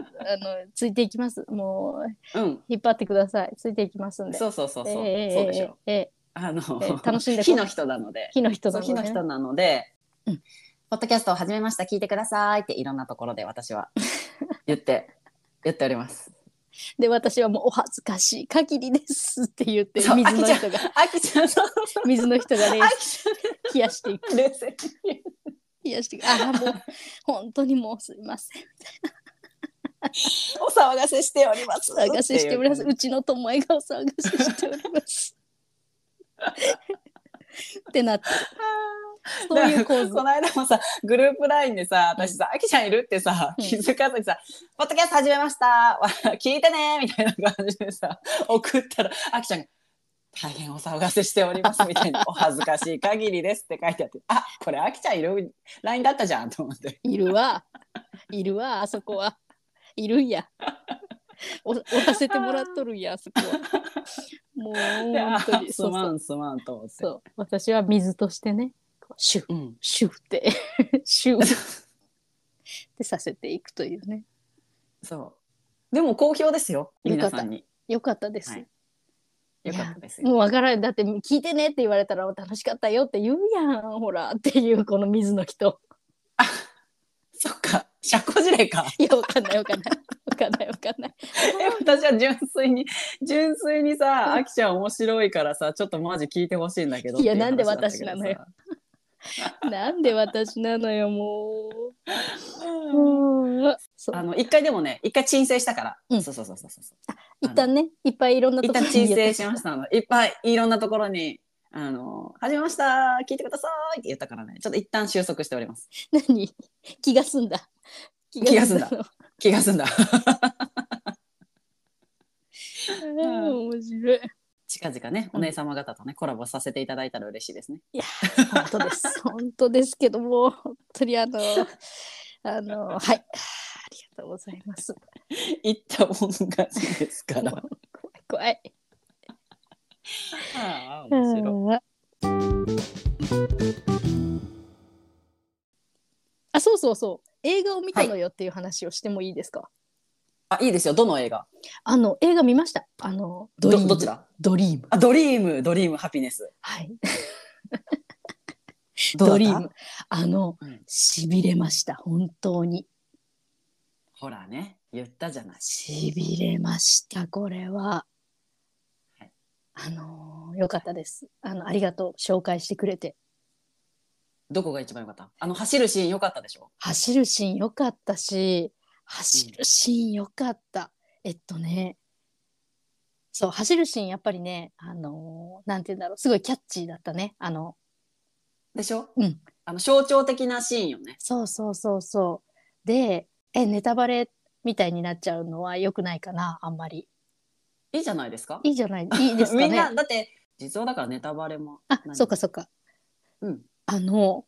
S2: ついていきます。もう、
S1: うん
S2: 引っ張ってください。ついていきますんで。
S1: そうそうそうそう、
S2: ええ
S1: そうでしょ
S2: ええええ
S1: あの、
S2: ええ楽しんでこう
S1: 火の人なので
S2: 火の人
S1: そ
S2: だ
S1: う火の人なので、
S2: うん
S1: ポッドキャストを始めました聞いてくださいっていろんなところで私は [LAUGHS] 言って言っており [LAUGHS] ます
S2: で、私はもうお恥ずかしい限りですって言って、水
S1: そう
S2: の人が、
S1: あきちゃんそう
S2: 水の人がね
S1: あ、きち
S2: 冷やしていく、
S1: ゃん冷静に
S2: 冷やしていく。ああ、もう、本当にもうすいません。
S1: お騒がせしております
S2: お騒がせしております。
S1: っていう
S2: ちの友恵がお騒がせしており [LAUGHS] ます。ってなってる。
S1: [LAUGHS]
S2: そういう構図。
S1: この間もさグループラインでさ私さ「あきちゃんいる?」ってさ
S2: うん
S1: 気づかずにさ「ポッドキャスト始めましたわ聞いてね」みたいな感じで
S2: [LAUGHS]
S1: さ送ったらあきちゃんが「大変お騒がせしております」みたい
S2: [LAUGHS]
S1: な「お恥ずかしい限りです」って書いてあって「あこれあきちゃんいるラインだったじゃん」と思って
S2: いるわ。いるわ、あそこは。いるんや。お押させてもらっとるんや、あそこは。もう、
S1: であ
S2: 本当に。
S1: す
S2: そうそ
S1: ま
S2: う。
S1: んすまん」と思って
S2: そう私は水としてね、こうシュッ、
S1: うん
S2: シュッって、 [LAUGHS] シュッってさせていくというね。
S1: そうでも好評ですよ皆さんに
S2: よかったです。
S1: はいよかったですよ
S2: もうわからない。だって、聞いてねって言われたら、楽しかったよって言うやん、ほら、っていう、この水の人。 [LAUGHS]
S1: そっか社交辞令か
S2: いや、わかんない、わかんない。わかんない、わかんない。 [LAUGHS]
S1: え私は純粋に純粋にさあきちゃん面白いからさちょっとマジ聞いてほしいんだけど
S2: いや
S1: ってう話
S2: なんで
S1: だったけどさ
S2: 私なのよなんで私なのよ、もう。うんそう
S1: あの一回でもね一回鎮静したから、
S2: うん
S1: そうそうそうそうそう
S2: 一旦ねいっぱいいろんな
S1: 一
S2: ところ
S1: 旦
S2: に
S1: 鎮静しましたのいっぱいいろんなところに「あの始めました聞いてください」って言ったからねちょっと一旦収束しております
S2: 何気が済んだ気
S1: が済んだ
S2: の
S1: 気が済んだ [LAUGHS]
S2: うん面白い
S1: 近々ねお姉様方とねコラボさせていただいたら嬉しいですね
S2: 本当です本当ですけども本当にあのあのはいありがとうございます [LAUGHS]
S1: 行ったもん勝ちですから
S2: 怖い。
S1: ああ面白い。
S2: うんあ、そうそうそう。映画を見たのよっていう話をしてもいいですか。
S1: あいいですよ。どの映画？
S2: あの映画見ました。あの
S1: ど
S2: ドリーム
S1: どっちだ？
S2: ドリーム。
S1: あドリームドリームハピネス。
S2: はい。
S1: [LAUGHS] どうだ
S2: ド
S1: った
S2: リーム。あの
S1: うん
S2: しびれました。本当に
S1: ほらね言ったじゃない。
S2: しびれました。これは。
S1: はい
S2: あのーよかったです。あのありがとう紹介してくれて。
S1: どこが一番良かった？あの走るシーン良かったでしょ？
S2: 走るシーン良かったし走るシーン良かった、えっとねそう走るシーンやっぱりねあのーなんて言うんだろうすごいキャッチーだったねあの
S1: でしょ？
S2: うん。
S1: あの象徴的なシーンよね。
S2: そうそうそうそうでえネタバレみたいになっちゃうのは良くないかなあんまり
S1: いいじゃないですか？
S2: いいじ
S1: [LAUGHS]
S2: ゃないいいですかね
S1: みんなだって実話だからネタバレも。
S2: あ
S1: 何
S2: そうかそうか
S1: うん。
S2: あの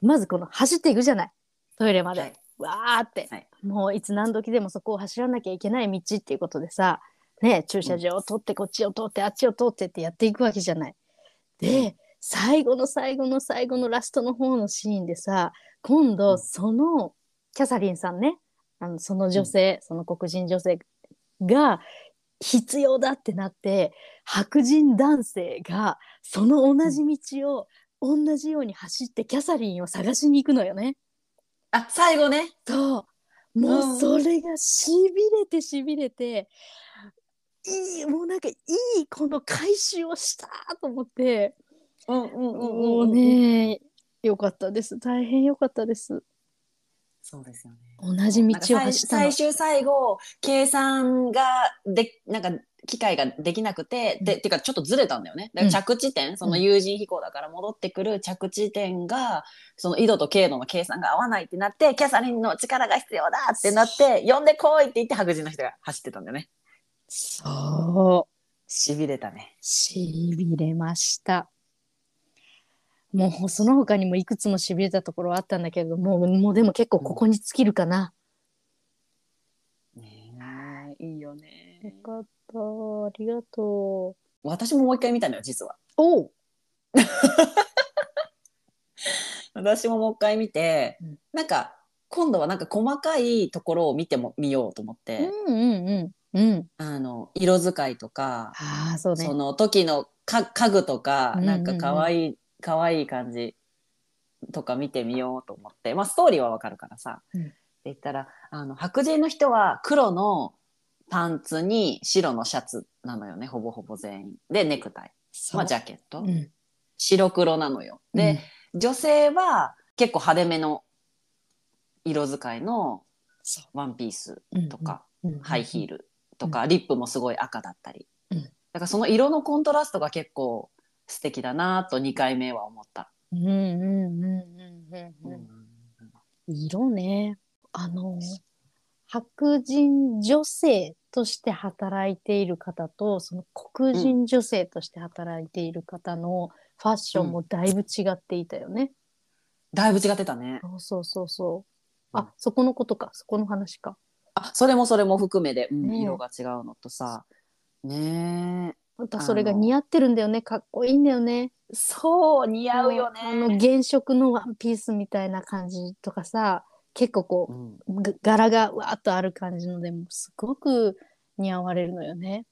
S2: まずこの走っていくじゃないトイレまで、
S1: はい
S2: わーって、
S1: はい
S2: もういつ何時でもそこを走らなきゃいけない道っていうことでさ、ね、駐車場を通ってこっちを通ってあっちを通ってってやっていくわけじゃない。で最後の最後の最後のラストの方のシーンでさ今
S1: う
S2: 度
S1: ん
S2: そのキャサリンさんねあのその女性、その黒人女性が必要だってなって白人男性がその同じ道を同じように走ってキャサリンを探しに行くのよね。
S1: あ最後ね。
S2: そう
S1: う
S2: も
S1: ん
S2: うそれがしびれてしびれていいもうなんかいいこの回収をしたと思って
S1: うんうん
S2: もう。ねよかったです大変よかったです
S1: そうですよね。
S2: 同じ道を走った
S1: なん
S2: の
S1: か最最終最後計算がでなんか機械ができなくて、でていうかちょっとずれたんだよね。だから着地点、その有人飛行だから戻ってくる着地点が、その緯度と経度の計算が合わないってなってキャサリンの力が必要だってなって呼んでこいって言って白人の人が走ってたんだよね。
S2: そう
S1: しびれたね。
S2: しびれましたもうその他にもいくつもしびれたところはあったんだけれどもうもうでも結構ここに尽きるかな、
S1: ねえいいよね。
S2: よかったありがとう
S1: 私ももう一回見たのよ実は。
S2: おう
S1: 私ももう一回見て、
S2: うん
S1: なんか今度はなんか細かいところを見ても見ようと思って、
S2: うんうんうんうん
S1: あの色使いとか、
S2: ああそうね
S1: その時のか家具とか、
S2: うんうんうん
S1: なんか可愛い可愛い感じとか見てみようと思って、まあストーリーはわかるからさ、
S2: うん
S1: って言ったらあの白人の人は黒のパンツに白のシャツなのよねほぼほぼ全員でネクタイ、
S2: そ
S1: ま
S2: う
S1: あ、ジャケット、
S2: うん
S1: 白黒なのよ。で、
S2: うん
S1: 女性は結構派手めの色使いの
S2: そ
S1: ワンピースとか、
S2: うん
S1: ハイヒールとか、リップもすごい赤だったり、
S2: うん
S1: だからその色のコントラストが結構素敵だなと2回目は思った、
S2: うんうんうんうんうんうん。色ね。あの白人女性として働いている方とその黒人女性として働いている方のファッションもだいぶ違っていたよね。
S1: だいぶ違ってたね
S2: そうそうそうそう。
S1: うん
S2: あ、そこのことか、そこの話か。
S1: あそれもそれも含めで、うん
S2: ねえ
S1: 色が違うのとさね
S2: またそれが似合ってるんだよね。かっこいいんだよね。
S1: えそう似合うよ
S2: あの
S1: ね、
S2: 原色のワンピースみたいな感じとかさ、結構こう
S1: うん、
S2: が柄がわーっとある感じのでもすごく似合われるのよね。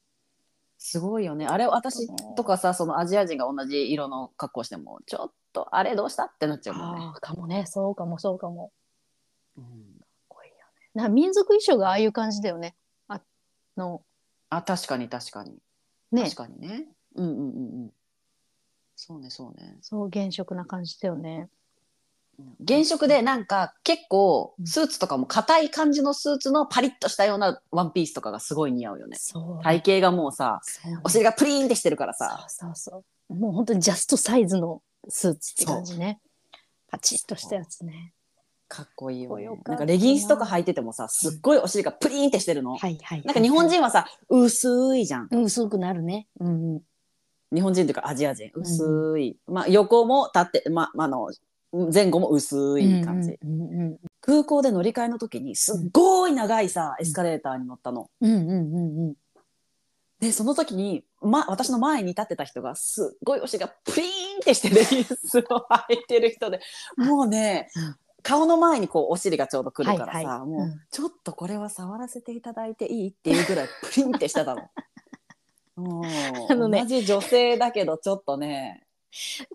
S1: すごいよねあれ私とかさそのアジア人が同じ色の格好してもちょっとあれどうしたってなっちゃうもんね
S2: ああかもねそうかもそうかも。
S1: うん
S2: な民族衣装がああいう感じだよね。あの
S1: あ確かに確かに、
S2: ね
S1: 確かにねうんうんうんうんそうねそうね
S2: そう原色な感じだよね。
S1: 現職でなんか結構
S2: うん
S1: スーツとかも硬い感じのスーツのパリッとしたようなワンピースとかがすごい似合うよね
S2: そう
S1: 体型がもうさ
S2: そう
S1: お尻がプリーンってしてるからさ
S2: そうそうそうもう本当にジャストサイズのスーツって感じね。パチッとしたやつね。
S1: かっこいいよ,、ね
S2: かっ
S1: な
S2: こよ、かっ
S1: ん
S2: た
S1: か
S2: な
S1: レギンスとか履いててもさすっごいお尻がプリーンってしてるの、
S2: はいはいはい。
S1: なんか日本人はさ薄いじゃん
S2: うん薄くなるね。うんうん。
S1: 日本人というかアジア人
S2: ん
S1: 薄い、まあ、横も立って、ままあ、あの前後も薄い感じ、
S2: うんうんうん
S1: 空港で乗り換えの時にすっごい長いさエスカレーターに乗ったの、
S2: うんうんうんうん。
S1: で、その時に、ま、私の前に立ってた人が、すっごいお尻がプリーンってして
S2: [LAUGHS]
S1: レギンスを履いてる人で、もうね、顔の前にこうお尻がちょうど来るからさ、
S2: はいはい
S1: もううんちょっとこれは触らせていただいていいっていうぐ
S2: [LAUGHS]
S1: らいプリンってしてたの。も
S2: あ
S1: う
S2: のね
S1: 同じ女性だけどちょっとね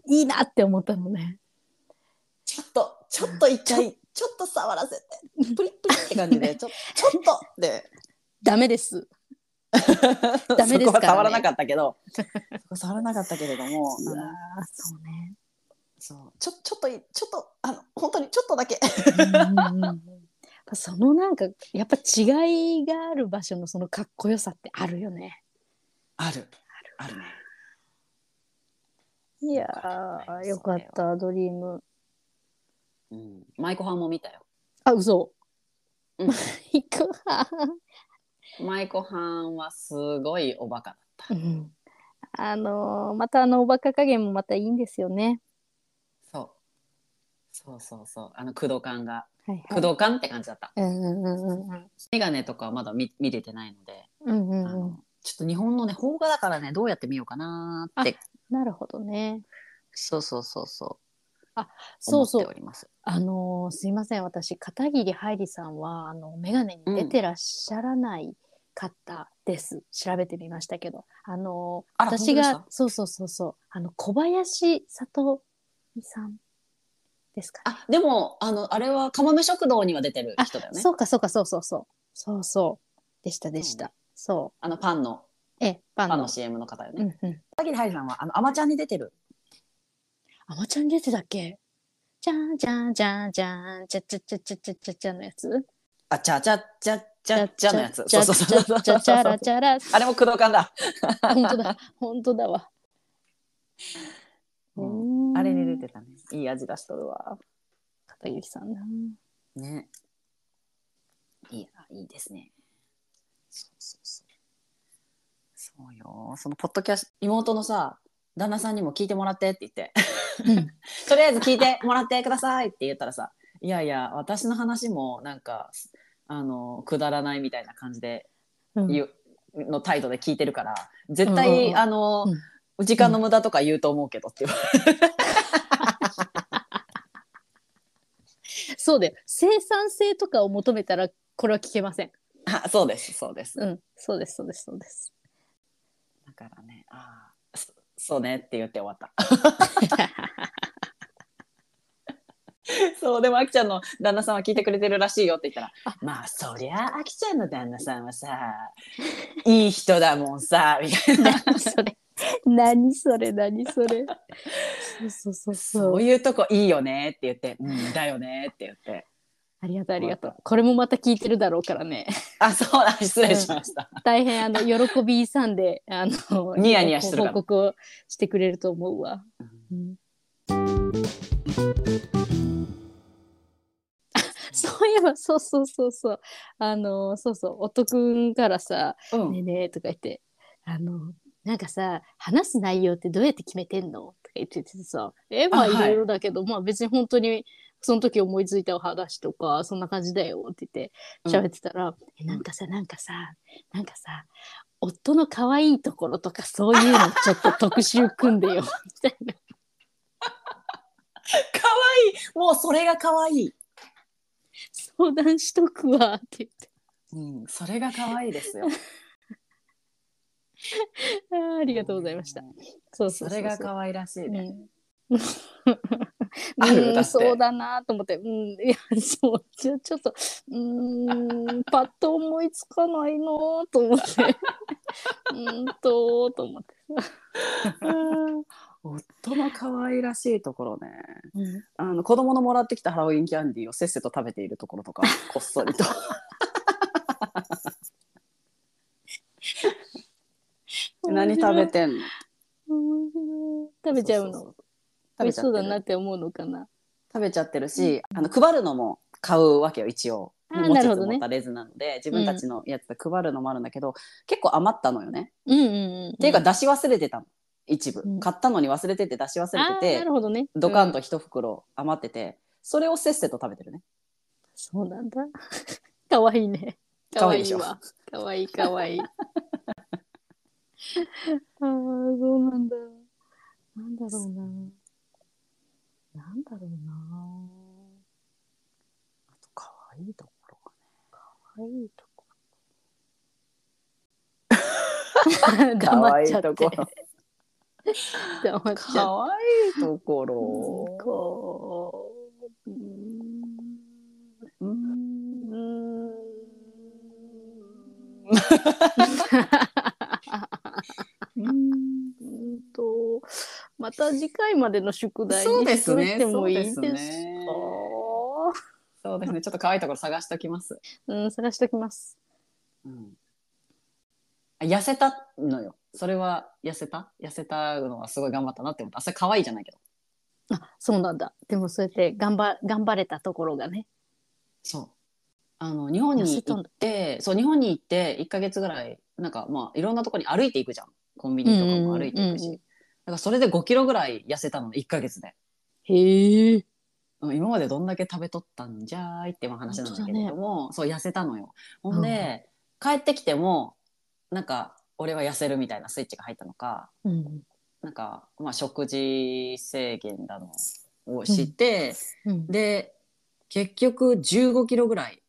S2: いいなって思ったのね。
S1: ちょっとちょっと一回ちょっと触らせてプリップリって感じ
S2: [LAUGHS]
S1: でちょちょっとで
S2: ダメです。
S1: ダ
S2: メですからね
S1: そこは触らなかったけ
S2: [LAUGHS]
S1: どそこ触らなかったけれどもあの
S2: そうね。
S1: そうちょちょっといちょっとあの本当にちょっとだけ
S2: うんうんうんそのなんかやっぱ違いがある場所のそのかっこよさってあるよね。
S1: あるあるね
S2: いや
S1: ー
S2: よかったドリーム。
S1: うん舞妓はんも見たよ
S2: あ嘘。
S1: うん
S2: [LAUGHS] マイクは、
S1: 舞妓はんはすごいおバカだった
S2: うん、あのーまたあのおバカ加減もまたいいんですよね。
S1: そうそうそうそうあの工藤感が
S2: はい
S1: 工藤感って感じだった
S2: うんうんうんうん
S1: 眼鏡とかはまだ見見れてないので、
S2: うんう
S1: あ
S2: んうん
S1: のちょっと日本のね邦画だからねどうやって見ようかなーって
S2: なるほどね。
S1: そうそうそうそ
S2: そう
S1: 思
S2: そ
S1: ってお
S2: う。
S1: ります
S2: あのーすいません私片桐はいりさんはあの眼鏡に出てらっしゃらない方です、調べてみましたけどあのー
S1: あら
S2: 私
S1: 本当
S2: が
S1: で
S2: そうそうそうそうあの小林里美さんですか、
S1: あでもあのあれは釜め食堂には出てる
S2: あ
S1: 人だよね
S2: そうかそうかそうそうそうそうそうでしたでした、そ
S1: あのパンの
S2: うええパン
S1: パンの
S2: の
S1: CM の方よ
S2: う
S1: ね
S2: んうん
S1: 片桐はいさんはあのアマちゃんに出てる
S2: あまちゃんに出てたっけじゃんじゃんじゃんじゃんじゃちゃちゃちゃちゃちゃちゃのやつ
S1: あちゃちゃちゃちゃちゃのやつ
S2: じゃ
S1: そう
S2: じ
S1: そうそうそう
S2: ゃじゃじゃらじゃら
S1: あれも工藤感だ
S2: [LAUGHS] 本当だ本当だわ。
S1: うん
S2: うーん
S1: あれに出てたねいい味出しとるわ
S2: 片桐さんな。
S1: ね。いや、いいですね。そうそうそう。そうよ。そのポッドキャスト、妹のさ、旦那さんにも聞いてもらってって言って、とりあえず聞いてもらってくださいって言ったらさ、いやいや、私の話もなんか、あの、くだらないみたいな感じで、
S2: うん
S1: 言うの態度で聞いてるから、絶
S2: うんうん
S1: 対、
S2: うん
S1: あの、時間の無駄とか言うと思うけ [LAUGHS] どって言われ
S2: そうだよ。生産性とかを求めたらこれは聞けません。
S1: あそうです、そうです。
S2: うん、そうですそうですそう [LAUGHS] です。
S1: だからね、ああ、そそうねって言って終わった。 [LAUGHS] そうでもあきちゃんの旦那さんは聞いてくれてるらしいよって言ったら「まあそりゃあきちゃんの旦那さんはさいい人だもんさ」みたいな
S2: 何それ何それ何それ。そうそうそ
S1: 「そ
S2: うそうう。
S1: いうとこいいよね」って言って「うんだよね」って言って
S2: ありがとうありがとう。これもまた聞いてるだろうからね。
S1: 「あそうだ失礼しました」
S2: 大
S1: [LAUGHS]
S2: 変あの喜びさんであの
S1: ニヤニヤしてるか
S2: 報
S1: ら
S2: 告をしてくれると思うわ。
S1: うん
S2: うんあそういえばそうそうそうそうあのそうそうおとくんからさ
S1: う
S2: 「ねえねえ」とか言ってあのなんかさ話す内容ってどうやって決めてんのとか言っててさ「えまあ
S1: あ
S2: い
S1: はい
S2: ろいろだけど、まあ別に本当にその時思いついたお話とかそんな感じだよ」って言って喋ってたら、えなんかさなんかさなんかさ夫の可愛いところとかそういう
S1: [LAUGHS]
S2: のちょっと特集組んでよみたいな
S1: かわいいもうそれがかわいい、
S2: 相談しとくわって言って
S1: うん、それがかわいいです
S2: [LAUGHS]
S1: よ
S2: あーありがとうございました。そう
S1: そ
S2: そ
S1: う
S2: う
S1: れがかわいらしいね、
S2: うん
S1: ある
S2: うん
S1: だって
S2: そうだなと思って、うん、いやそうちょちょっと
S1: [LAUGHS]
S2: うんパッと思いつかないなと思ってうんとと思って、
S1: [LAUGHS] 夫のかわいらしいところねあの子供のもらってきたハロウィンキャンディーをせっせと食べているところとかこっそ
S2: [LAUGHS]
S1: りと何食べてんの
S2: 面白い食べちゃうの
S1: そそそ
S2: 美
S1: う
S2: 味しそう
S1: 食
S2: だ
S1: べち
S2: な
S1: ゃっ
S2: って
S1: る
S2: て思うのかな
S1: 食べちゃってるし、あの配るのも買うわけよ一応
S2: あー
S1: 持
S2: な
S1: ちつ
S2: るほどね
S1: 持たれずなので自分たちのやつで配るのもあるんだけど、結構余ったのよね、
S2: うんうんうん、
S1: っていうか出し忘れてたの一部、
S2: うん
S1: 買ったのに忘れてて出し忘
S2: あ
S1: れて
S2: ーな
S1: て
S2: るほどね
S1: ドカン
S2: と、
S1: と一袋余っててそれをせっせと食べてるね
S2: そうなんだ [LAUGHS] かわいいね
S1: かわいいでしょ [LAUGHS]
S2: かわいいわかわいいかわいいああ、そうなんだ。なんだろうな。なんだろうな。
S1: あと可愛いところが
S2: 可愛い
S1: [LAUGHS]
S2: とこ。
S1: 可
S2: [LAUGHS] 黙
S1: 愛
S2: っ
S1: い
S2: ちゃって。
S1: ところ。
S2: 黙っちゃって。
S1: 可愛いところ。
S2: こう。うーん
S1: うーん。
S2: うーんと、また次回までの宿題
S1: そう
S2: に
S1: で
S2: し
S1: す
S2: と
S1: ね
S2: いてもいいです
S1: そ
S2: か
S1: うですねそうですね。ちょっと可愛いところ探しておきます。
S2: うん、探しておきます。
S1: うん。痩せたのよ。それは痩せた痩せたのはすごい頑張ったなって思った。あそれ可愛いじゃないけど。
S2: あ、そうなんだ。でもそうやって頑張頑張れたところがね。
S1: そう。あの日本に
S2: 痩せた
S1: 行
S2: ん
S1: っ
S2: だ
S1: て、そう日本に行って一ヶ月ぐらいなんかまあいろんなところに歩いていくじゃん。コンビニとかも歩いていくし。
S2: うんうんうんうん
S1: だからそれで5キロぐらい痩せたの一ヶ月で。
S2: へえ。
S1: うん今までどんだけ食べとったんじゃーいってまあ話なんだけれども、そう痩せたのよ。ほんで、帰ってきてもなんか俺は痩せるみたいなスイッチが入ったのか、
S2: うん。
S1: なんか、まあ、食事制限だのをして、
S2: うん、
S1: で結局15キロぐらい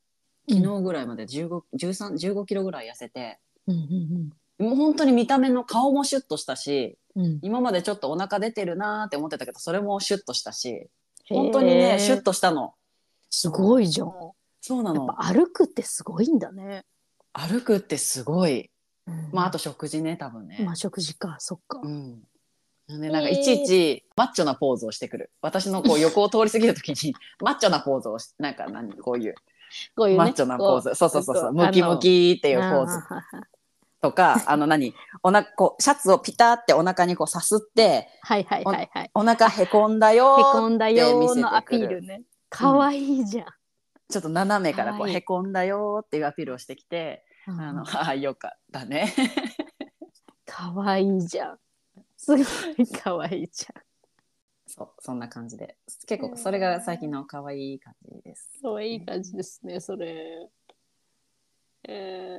S1: 昨日ぐらいまで15 13 15キロぐらい痩せて
S2: うんうん
S1: もう本当に見た目の顔もシュッとしたし
S2: うんうん、
S1: 今までちょっとお腹出てるなーって思ってたけどそれもシュッとしたし本当にねシュッとしたの
S2: すごいじゃん。
S1: そうな
S2: やっ
S1: の
S2: ぱ歩くってすごいんだね。
S1: 歩くってすごいまああ
S2: と、
S1: と食事ね多分ね、
S2: まあ食事か、そっか
S1: う。ん。ね、なんかいちいちマッチョなポーズをしてくる。私のこう横を通り過ぎるとき
S2: [LAUGHS]
S1: にマッチョなポーズをし、なんか何こういう
S2: こういうね
S1: マッチョなポーズ。そうそうそうそう。ムキム。
S2: っ
S1: キって
S2: て
S1: いうポーズとか、あの何おなこうシャツをピタってお腹にこうさすって、
S2: はいはいはいはい。へ
S1: お腹へこんだよ
S2: こ
S1: ー。
S2: んだよーのアピールね。かわいいじゃん。
S1: ちょっと斜めからこう
S2: はい
S1: へこんだよーっていうアピールをしてきて、あの、ああ、よかったね。 [LAUGHS]
S2: かわいいじゃん。すごいかわいいじゃん。
S1: そう、そんな感じで。結構それが最近の可愛い感じです。
S2: かわいい感じですね、それ。え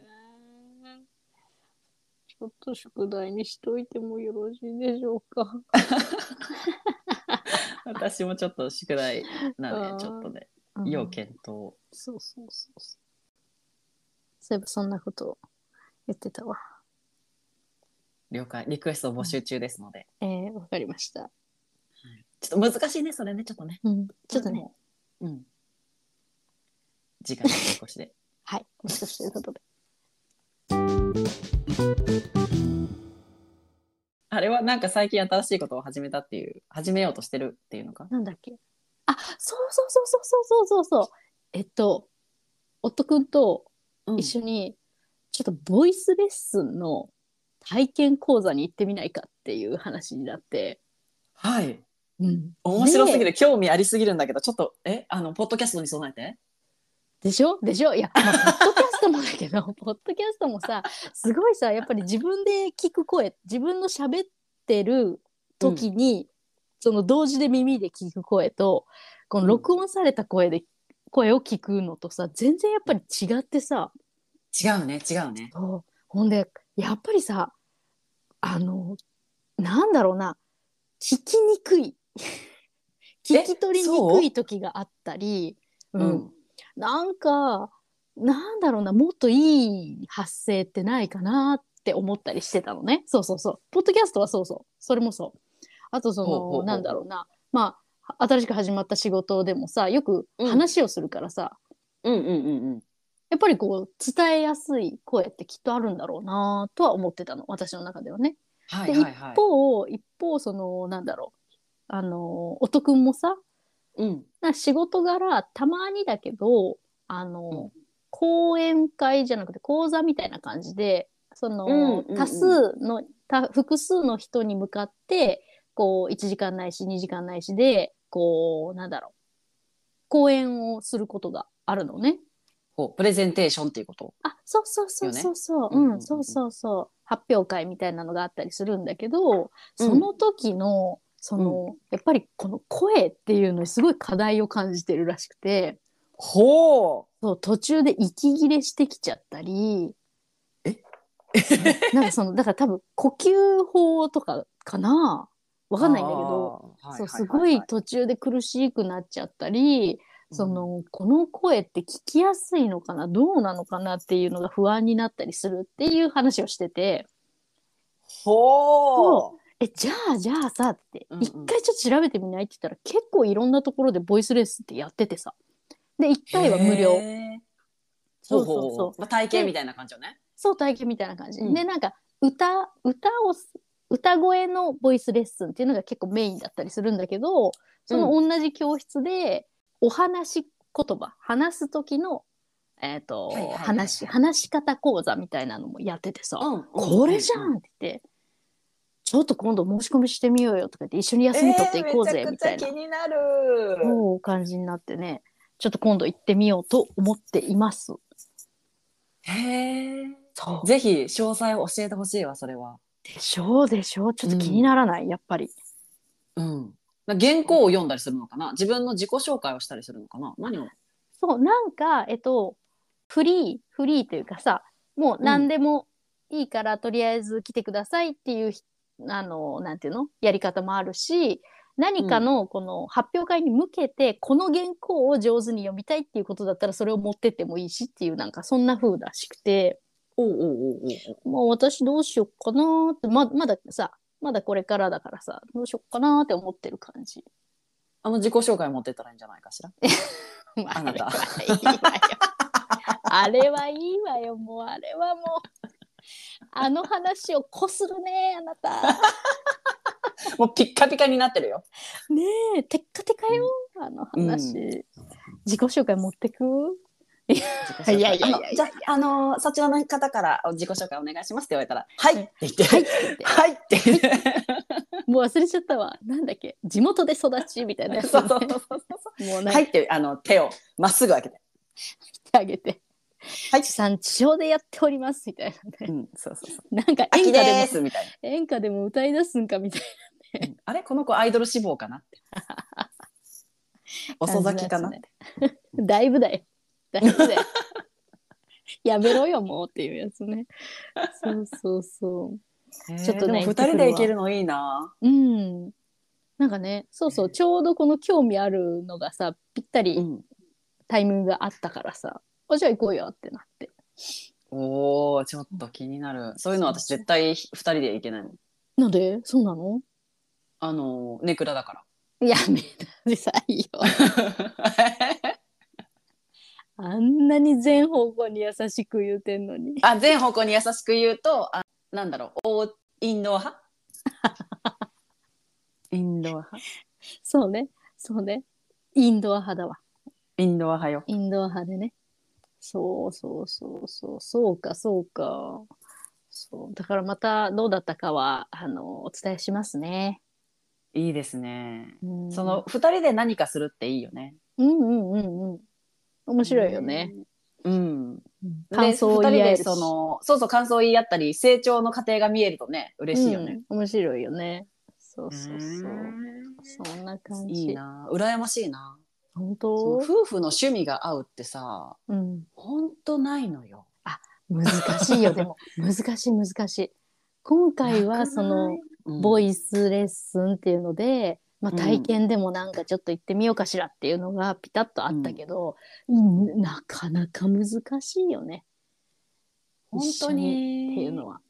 S2: ー、ちょっと宿題にしといてもよろしいでしょうか。 [LAUGHS]
S1: 私もちょっと宿題な
S2: あ
S1: ん
S2: ー
S1: で、ちょっとね。
S2: うん
S1: 要検討。
S2: そうそうそうそう。そういえばそんなことを言ってたわ。
S1: 了解。リクエストを募集中ですので。
S2: えー、わかりました。
S1: ちょっと難しいね、それね、ちょっとね。
S2: うん、ちょっとね、
S1: もう。うん。次回の追い越しで。 [LAUGHS]
S2: はい、もしかしてということで。
S1: あれはなんか最近新しいことを始めたっていう、始めようとしてるっていうのか。
S2: なんだっけ。あ、そうそうそうそうそうそうそうそう。えっと、夫くんと
S1: うん
S2: 一緒に、ちょっとボイスレッスンの体験講座に行ってみないかっていう話になって。
S1: はい。
S2: うん、
S1: 面白すぎ
S2: で
S1: る、興味ありすぎるんだけど、ちょっと、え、あの、ポッドキャストに備えて。
S2: でしょでしょいや、まあポッドキャストもだけど [LAUGHS] ポッドキャストもさすごいさやっぱり自分で聞く声自分の喋ってる時に、その同時で耳で聞く声とこの録音された声で、声を聞くのとさ全然やっぱり違ってさ
S1: 違うね、違うね。
S2: そうほんでやっぱりさあのなんだろうな聞きにく
S1: [LAUGHS]
S2: い聞き取りにくい時があったり。うん、なんか、なんだろうな、もっといい発声ってないかなって思ったりしてたのね。そうそうそう。ポッドキャストはそうそう。それもそう。あと、その、
S1: ほうほうほう
S2: なんだろうな、まあ、は新しく始まった仕事でもさ、よく
S1: うん
S2: 話をするからさ、
S1: うんうんうんうん。
S2: やっぱりこう、伝えやすい声ってきっとあるんだろうなとは思ってたの、私の中ではね。
S1: は
S2: で、
S1: いはいはい
S2: 一。方、一方、その、なんだろう、あの、音くんもさ、
S1: うん。
S2: な仕事柄たまにだけどあの、
S1: う
S2: 講演会じゃなくて講座みたいな感じでその、
S1: うんうんうん
S2: 多数の多複数の人に向かってこう1時間ないし2時間ないしでこうなんだろう講演をすることがあるのね。
S1: ほう、プレゼンテーションっていうこと。
S2: あそうそうそうそうそう、
S1: よねうんうん
S2: う
S1: うんん
S2: そうそうそう発表会みたいなのがあったりするんだけどその時の、そのやっぱりこの声っていうのにすごい課題を感じてるらしくて。
S1: ほう。
S2: そう途中で息切れしてきちゃったり
S1: え
S2: なんかそのだから多分呼吸法とかかなわかんないんだけど、
S1: あー。はい
S2: そ
S1: は
S2: う
S1: い
S2: す
S1: はい
S2: ご
S1: はい
S2: 途中で苦しくなっちゃったり、そのこの声って聞きやすいのかなどうなのかなっていうのが不安になったりするっていう話をしてて
S1: ほう。
S2: えじゃあじゃあさって
S1: うんうん
S2: 一回ちょっと調べてみないって言ったら、結構いろんなところでボイスレッスンってやっててさで1回は無料
S1: へー。そう
S2: そ
S1: う
S2: そうそう
S1: そうそう。まあ、体験みたいな感じよね。
S2: そう体験みたいな感じ、
S1: うん
S2: でなんか歌歌を歌声のボイスレッスンっていうのが結構メインだったりするんだけどその同じ教室でお話し言葉話す時の、えーと
S1: はいはいはい
S2: 話し話し方講座みたいなのもやっててさ、
S1: うん。
S2: これじゃ
S1: うん
S2: って言って、ちょっと今度申し込みしてみようよとか言って一緒に休み取っていこうぜみた
S1: えーめちゃ
S2: いな、
S1: くちゃ気になる。
S2: そう感じになってねちょっと今度行ってみようと思っています。
S1: へえ。
S2: そう
S1: ぜひ詳細を教えてほしいわそれは。
S2: でしょうでしょうちょっと気にならない、やっぱり。
S1: うん。原稿を読んだりするのかな自分の自己紹介をしたりするのかな何を
S2: そうなんかえっとフリーフリーというかさもう何でもいいから、とりあえず来てくださいっていうひあのなんていうのやり方もあるし何かのこの発表会に向けて、この原稿を上手に読みたいっていうことだったらそれを持ってってもいいしっていうなんかそんな風らしくて
S1: おうおうおうおう
S2: もう私どうしよっかなーってままださまだこれからだからさどうしよっかなーって思ってる感じ。
S1: あの自己紹介持ってったらいいんじゃないかしら。
S2: まあ
S1: あなた
S2: あれはいいわよ。 [LAUGHS] あれはいいわよ、もうあれはもう。あの話をこするね、あなた。
S1: もうピッカピカになってるよ。
S2: ねえ、テッカテカよ、あの話。自己紹介持ってく
S1: 自己紹介
S2: いやいやいや
S1: あの
S2: いや
S1: じゃあ、あのーそちらの方から自己紹介お願いしますって言われたら、はいって言って、
S2: は
S1: はいい
S2: って言って
S1: って言って。
S2: もう忘れちゃったわ。なんだっけ、地元で育ちみたいなやつ、
S1: そ
S2: ね
S1: うそうそうそう
S2: もうなんか
S1: は
S2: 言
S1: い
S2: っ
S1: って、あの、手をまっすぐ開けて。
S2: てあげて。
S1: はい
S2: 地産地消でやっておりますみたいな
S1: う
S2: ね。
S1: ん、そうそうそう。
S2: なんか演
S1: 秋
S2: 歌
S1: でー
S2: ですも
S1: みたい
S2: 演歌でも歌い出すんかみたいな。
S1: な。うんあれこの子アイドル志望か [LAUGHS] なって。遅咲きかな。
S2: だいぶだよ。だいぶだよ。やめろよもうっていうやつね。そうそうそち
S1: ち
S2: ょっとね
S1: 二人で行けるのいいな。
S2: う。うん。なんかね、そうそう、ちょうどこの興味あるのがさ、ぴった
S1: う
S2: り
S1: ん。
S2: タイミングがあったからさ、あじゃあ行こうよってなって。
S1: おお、ちょっと気になる。そういうの私絶対二人で行けないもん。
S2: なんでそうなの
S1: あのー、ネクラだか
S2: やめなさいよ。
S1: [LAUGHS] ら。
S2: あんなに全方向に優しく言うてんのに。
S1: あ、全方向に優しく言うと、あ、なんだろう、お、インドア派。 [LAUGHS] インドア派。
S2: そうね、そうね。インドア派だわ。
S1: インドア派よ。
S2: インドア派でね。そうそうそうそう、そうかそうか。そうだからまたどうだったかはあのお伝えしますね。
S1: いいですね。
S2: うん、
S1: その二人で何かするっていいよね。
S2: うんうんうんうん。面白いよね。
S1: うん。で
S2: 感想を言い合え
S1: 二
S2: る
S1: 人でそのそうそう感想を言い合ったり成長の過程が見えるとね嬉しいよね。
S2: うん面白いよね。そう
S1: そ
S2: そう
S1: う
S2: そう。そんな
S1: そ
S2: 感
S1: う
S2: じ。
S1: いいな羨ましいな。
S2: 本
S1: その
S2: 当
S1: 夫婦の趣味が合うってさ
S2: うん。
S1: 本当ないのよ。
S2: 難しいよ、でも。難しい難しい。今
S1: [LAUGHS]
S2: 回はその、
S1: うん
S2: ボイスレッスンっていうので、まあ、
S1: うん
S2: 体験でもなんかちょっと行ってみようかしらっていうのがピタッとあったけど、うんなかなか難しいよね
S1: 本当
S2: っていうの
S1: に
S2: は。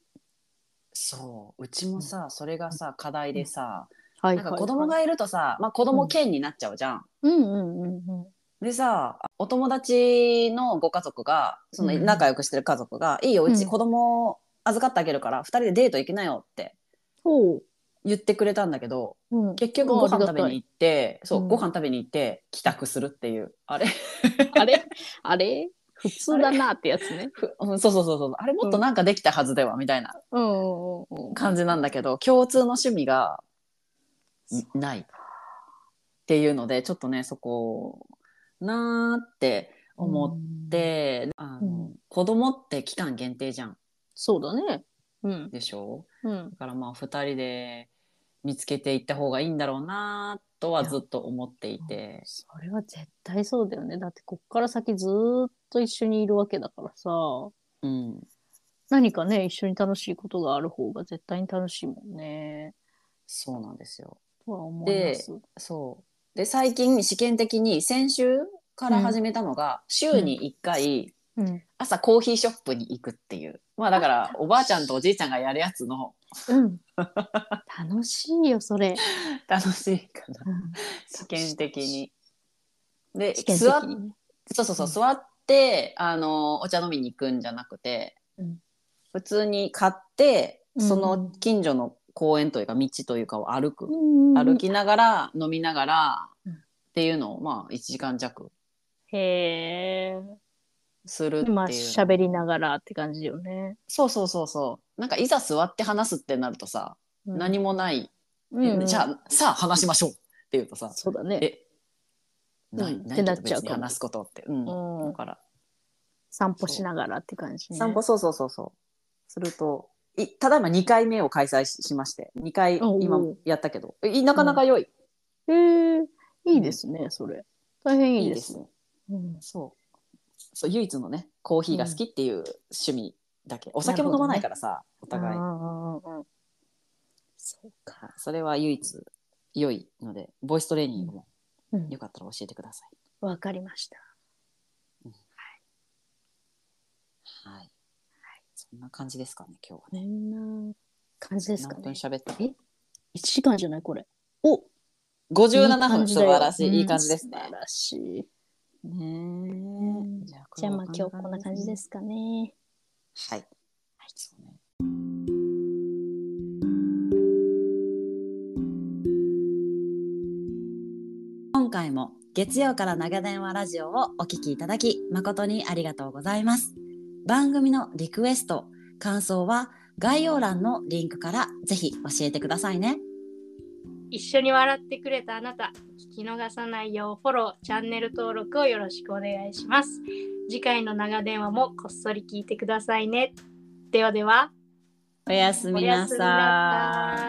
S1: そううちもさそれがさ課題でさ
S2: はい
S1: なんか子供
S2: はい
S1: がいるとさまあ子供兼になっちゃうじゃん。
S2: うんうんうんうん。
S1: でさお友達のご家族がその
S2: うん
S1: 仲良くしてる家族が「いいよう
S2: う
S1: ち
S2: ん
S1: 子供預かってあげるから2人でデート行きなよ」って
S2: ほ
S1: 言ってくれたんだけど
S2: う。うん、
S1: 結局ご飯食べに行ってそう、
S2: うん
S1: ご飯食べに行って帰宅するっていうあれ [LAUGHS]
S2: あれあれ普通だなってやつね。
S1: ふうんそうそうそうそうあれもっとなんかできたはずではみたいな
S2: うんうんうんうん。
S1: 感じなんだけど共通の趣味がいないっていうのでちょっとねそこなーって思って、あの
S2: うん
S1: 子供って期間限定じゃん
S2: そうだね。うん
S1: でしょ
S2: うん
S1: だ、からまあ2人で見つけていった方がいいんだろうなとはずっと思っていて。
S2: それは絶対そうだよねだってこっから先ずーっと一緒にいるわけだからさ
S1: うん
S2: 何かね、一緒に楽しいことがある方が絶対に楽しいもんね。
S1: そうなんですよ。
S2: とは思います。
S1: そう。で、最近試験的に先週から始めたのが、週に1回、
S2: うん。
S1: 朝コーヒーショップに行くっていう。まあだから、おばあちゃんとおじいちゃんがやるやつの
S2: [LAUGHS] うん。楽しいよ、それ。
S1: 楽しいか
S2: [LAUGHS]
S1: な。
S2: うん
S1: 試験的に。で、
S2: 試験的
S1: 座っ
S2: にね。
S1: そうそうそう、
S2: うん
S1: 座って、あの、お茶飲みに行くんじゃなくて、
S2: うん
S1: 普通に買って、
S2: うん
S1: その近所の公園というか道というかを歩く。
S2: うん
S1: 歩きながら、飲みながら、
S2: うん
S1: っていうのを、まあ、1時間弱
S2: へえ。
S1: するっていう。
S2: まあ、喋りながらって感じよね。
S1: そうそうそうそう。なんか、いざ座って話すってなるとさ、
S2: うん
S1: 何もない。
S2: うんうん
S1: じゃあ、さあ話しましょうっていうとさ、
S2: そうだね。
S1: え、ない、
S2: うん
S1: な
S2: って
S1: い
S2: な
S1: け
S2: っ
S1: ど
S2: ちゃう
S1: 別
S2: かも
S1: に話すことって。うん。
S2: うん
S1: だから、
S2: 散歩しながらって感じね。
S1: 散歩そうそうそうそうするといただいま2回目を開催ししまして2回
S2: おう
S1: 今やったけどいなかなか良い、
S2: へえ、いいですね、それ。大変いいです。
S1: ね
S2: うん
S1: そうそう唯一のねコーヒーが好きっていう趣味だけ、お酒も飲まないからさ、お
S2: あ
S1: 互い
S2: ーそうか。
S1: それは唯一良いのでボイストレーニングも
S2: うん
S1: よかったら教えてください、
S2: わかりました。
S1: はい、そんな感じですかね今日は
S2: こんな感じですか
S1: 何分
S2: ね。
S1: 喋った
S2: え1時間じゃない、これ。お
S1: 57分
S2: いい感じ
S1: 素
S2: だよ
S1: 晴らしい、いい感じです
S2: うん素
S1: ね
S2: 晴らしい。
S1: ねえ
S2: じゃあ、まあ今日こんな感じですかね。
S1: はい。はい、そうね。
S5: 今回も月曜から長電話ラジオをお聞きいただき誠にありがとうございます。番組のリクエスト、感想は概要欄のリンクからぜひ教えてくださいね。
S3: 一緒に笑ってくれたあなた、聞き逃さないようフォロー、チャンネル登録をよろしくお願いします。次回の長電話もこっそり聞いてくださいね。ではでは、
S5: おやす
S3: お
S5: み
S3: や
S5: な
S3: すみな
S5: さ
S3: さ
S5: い。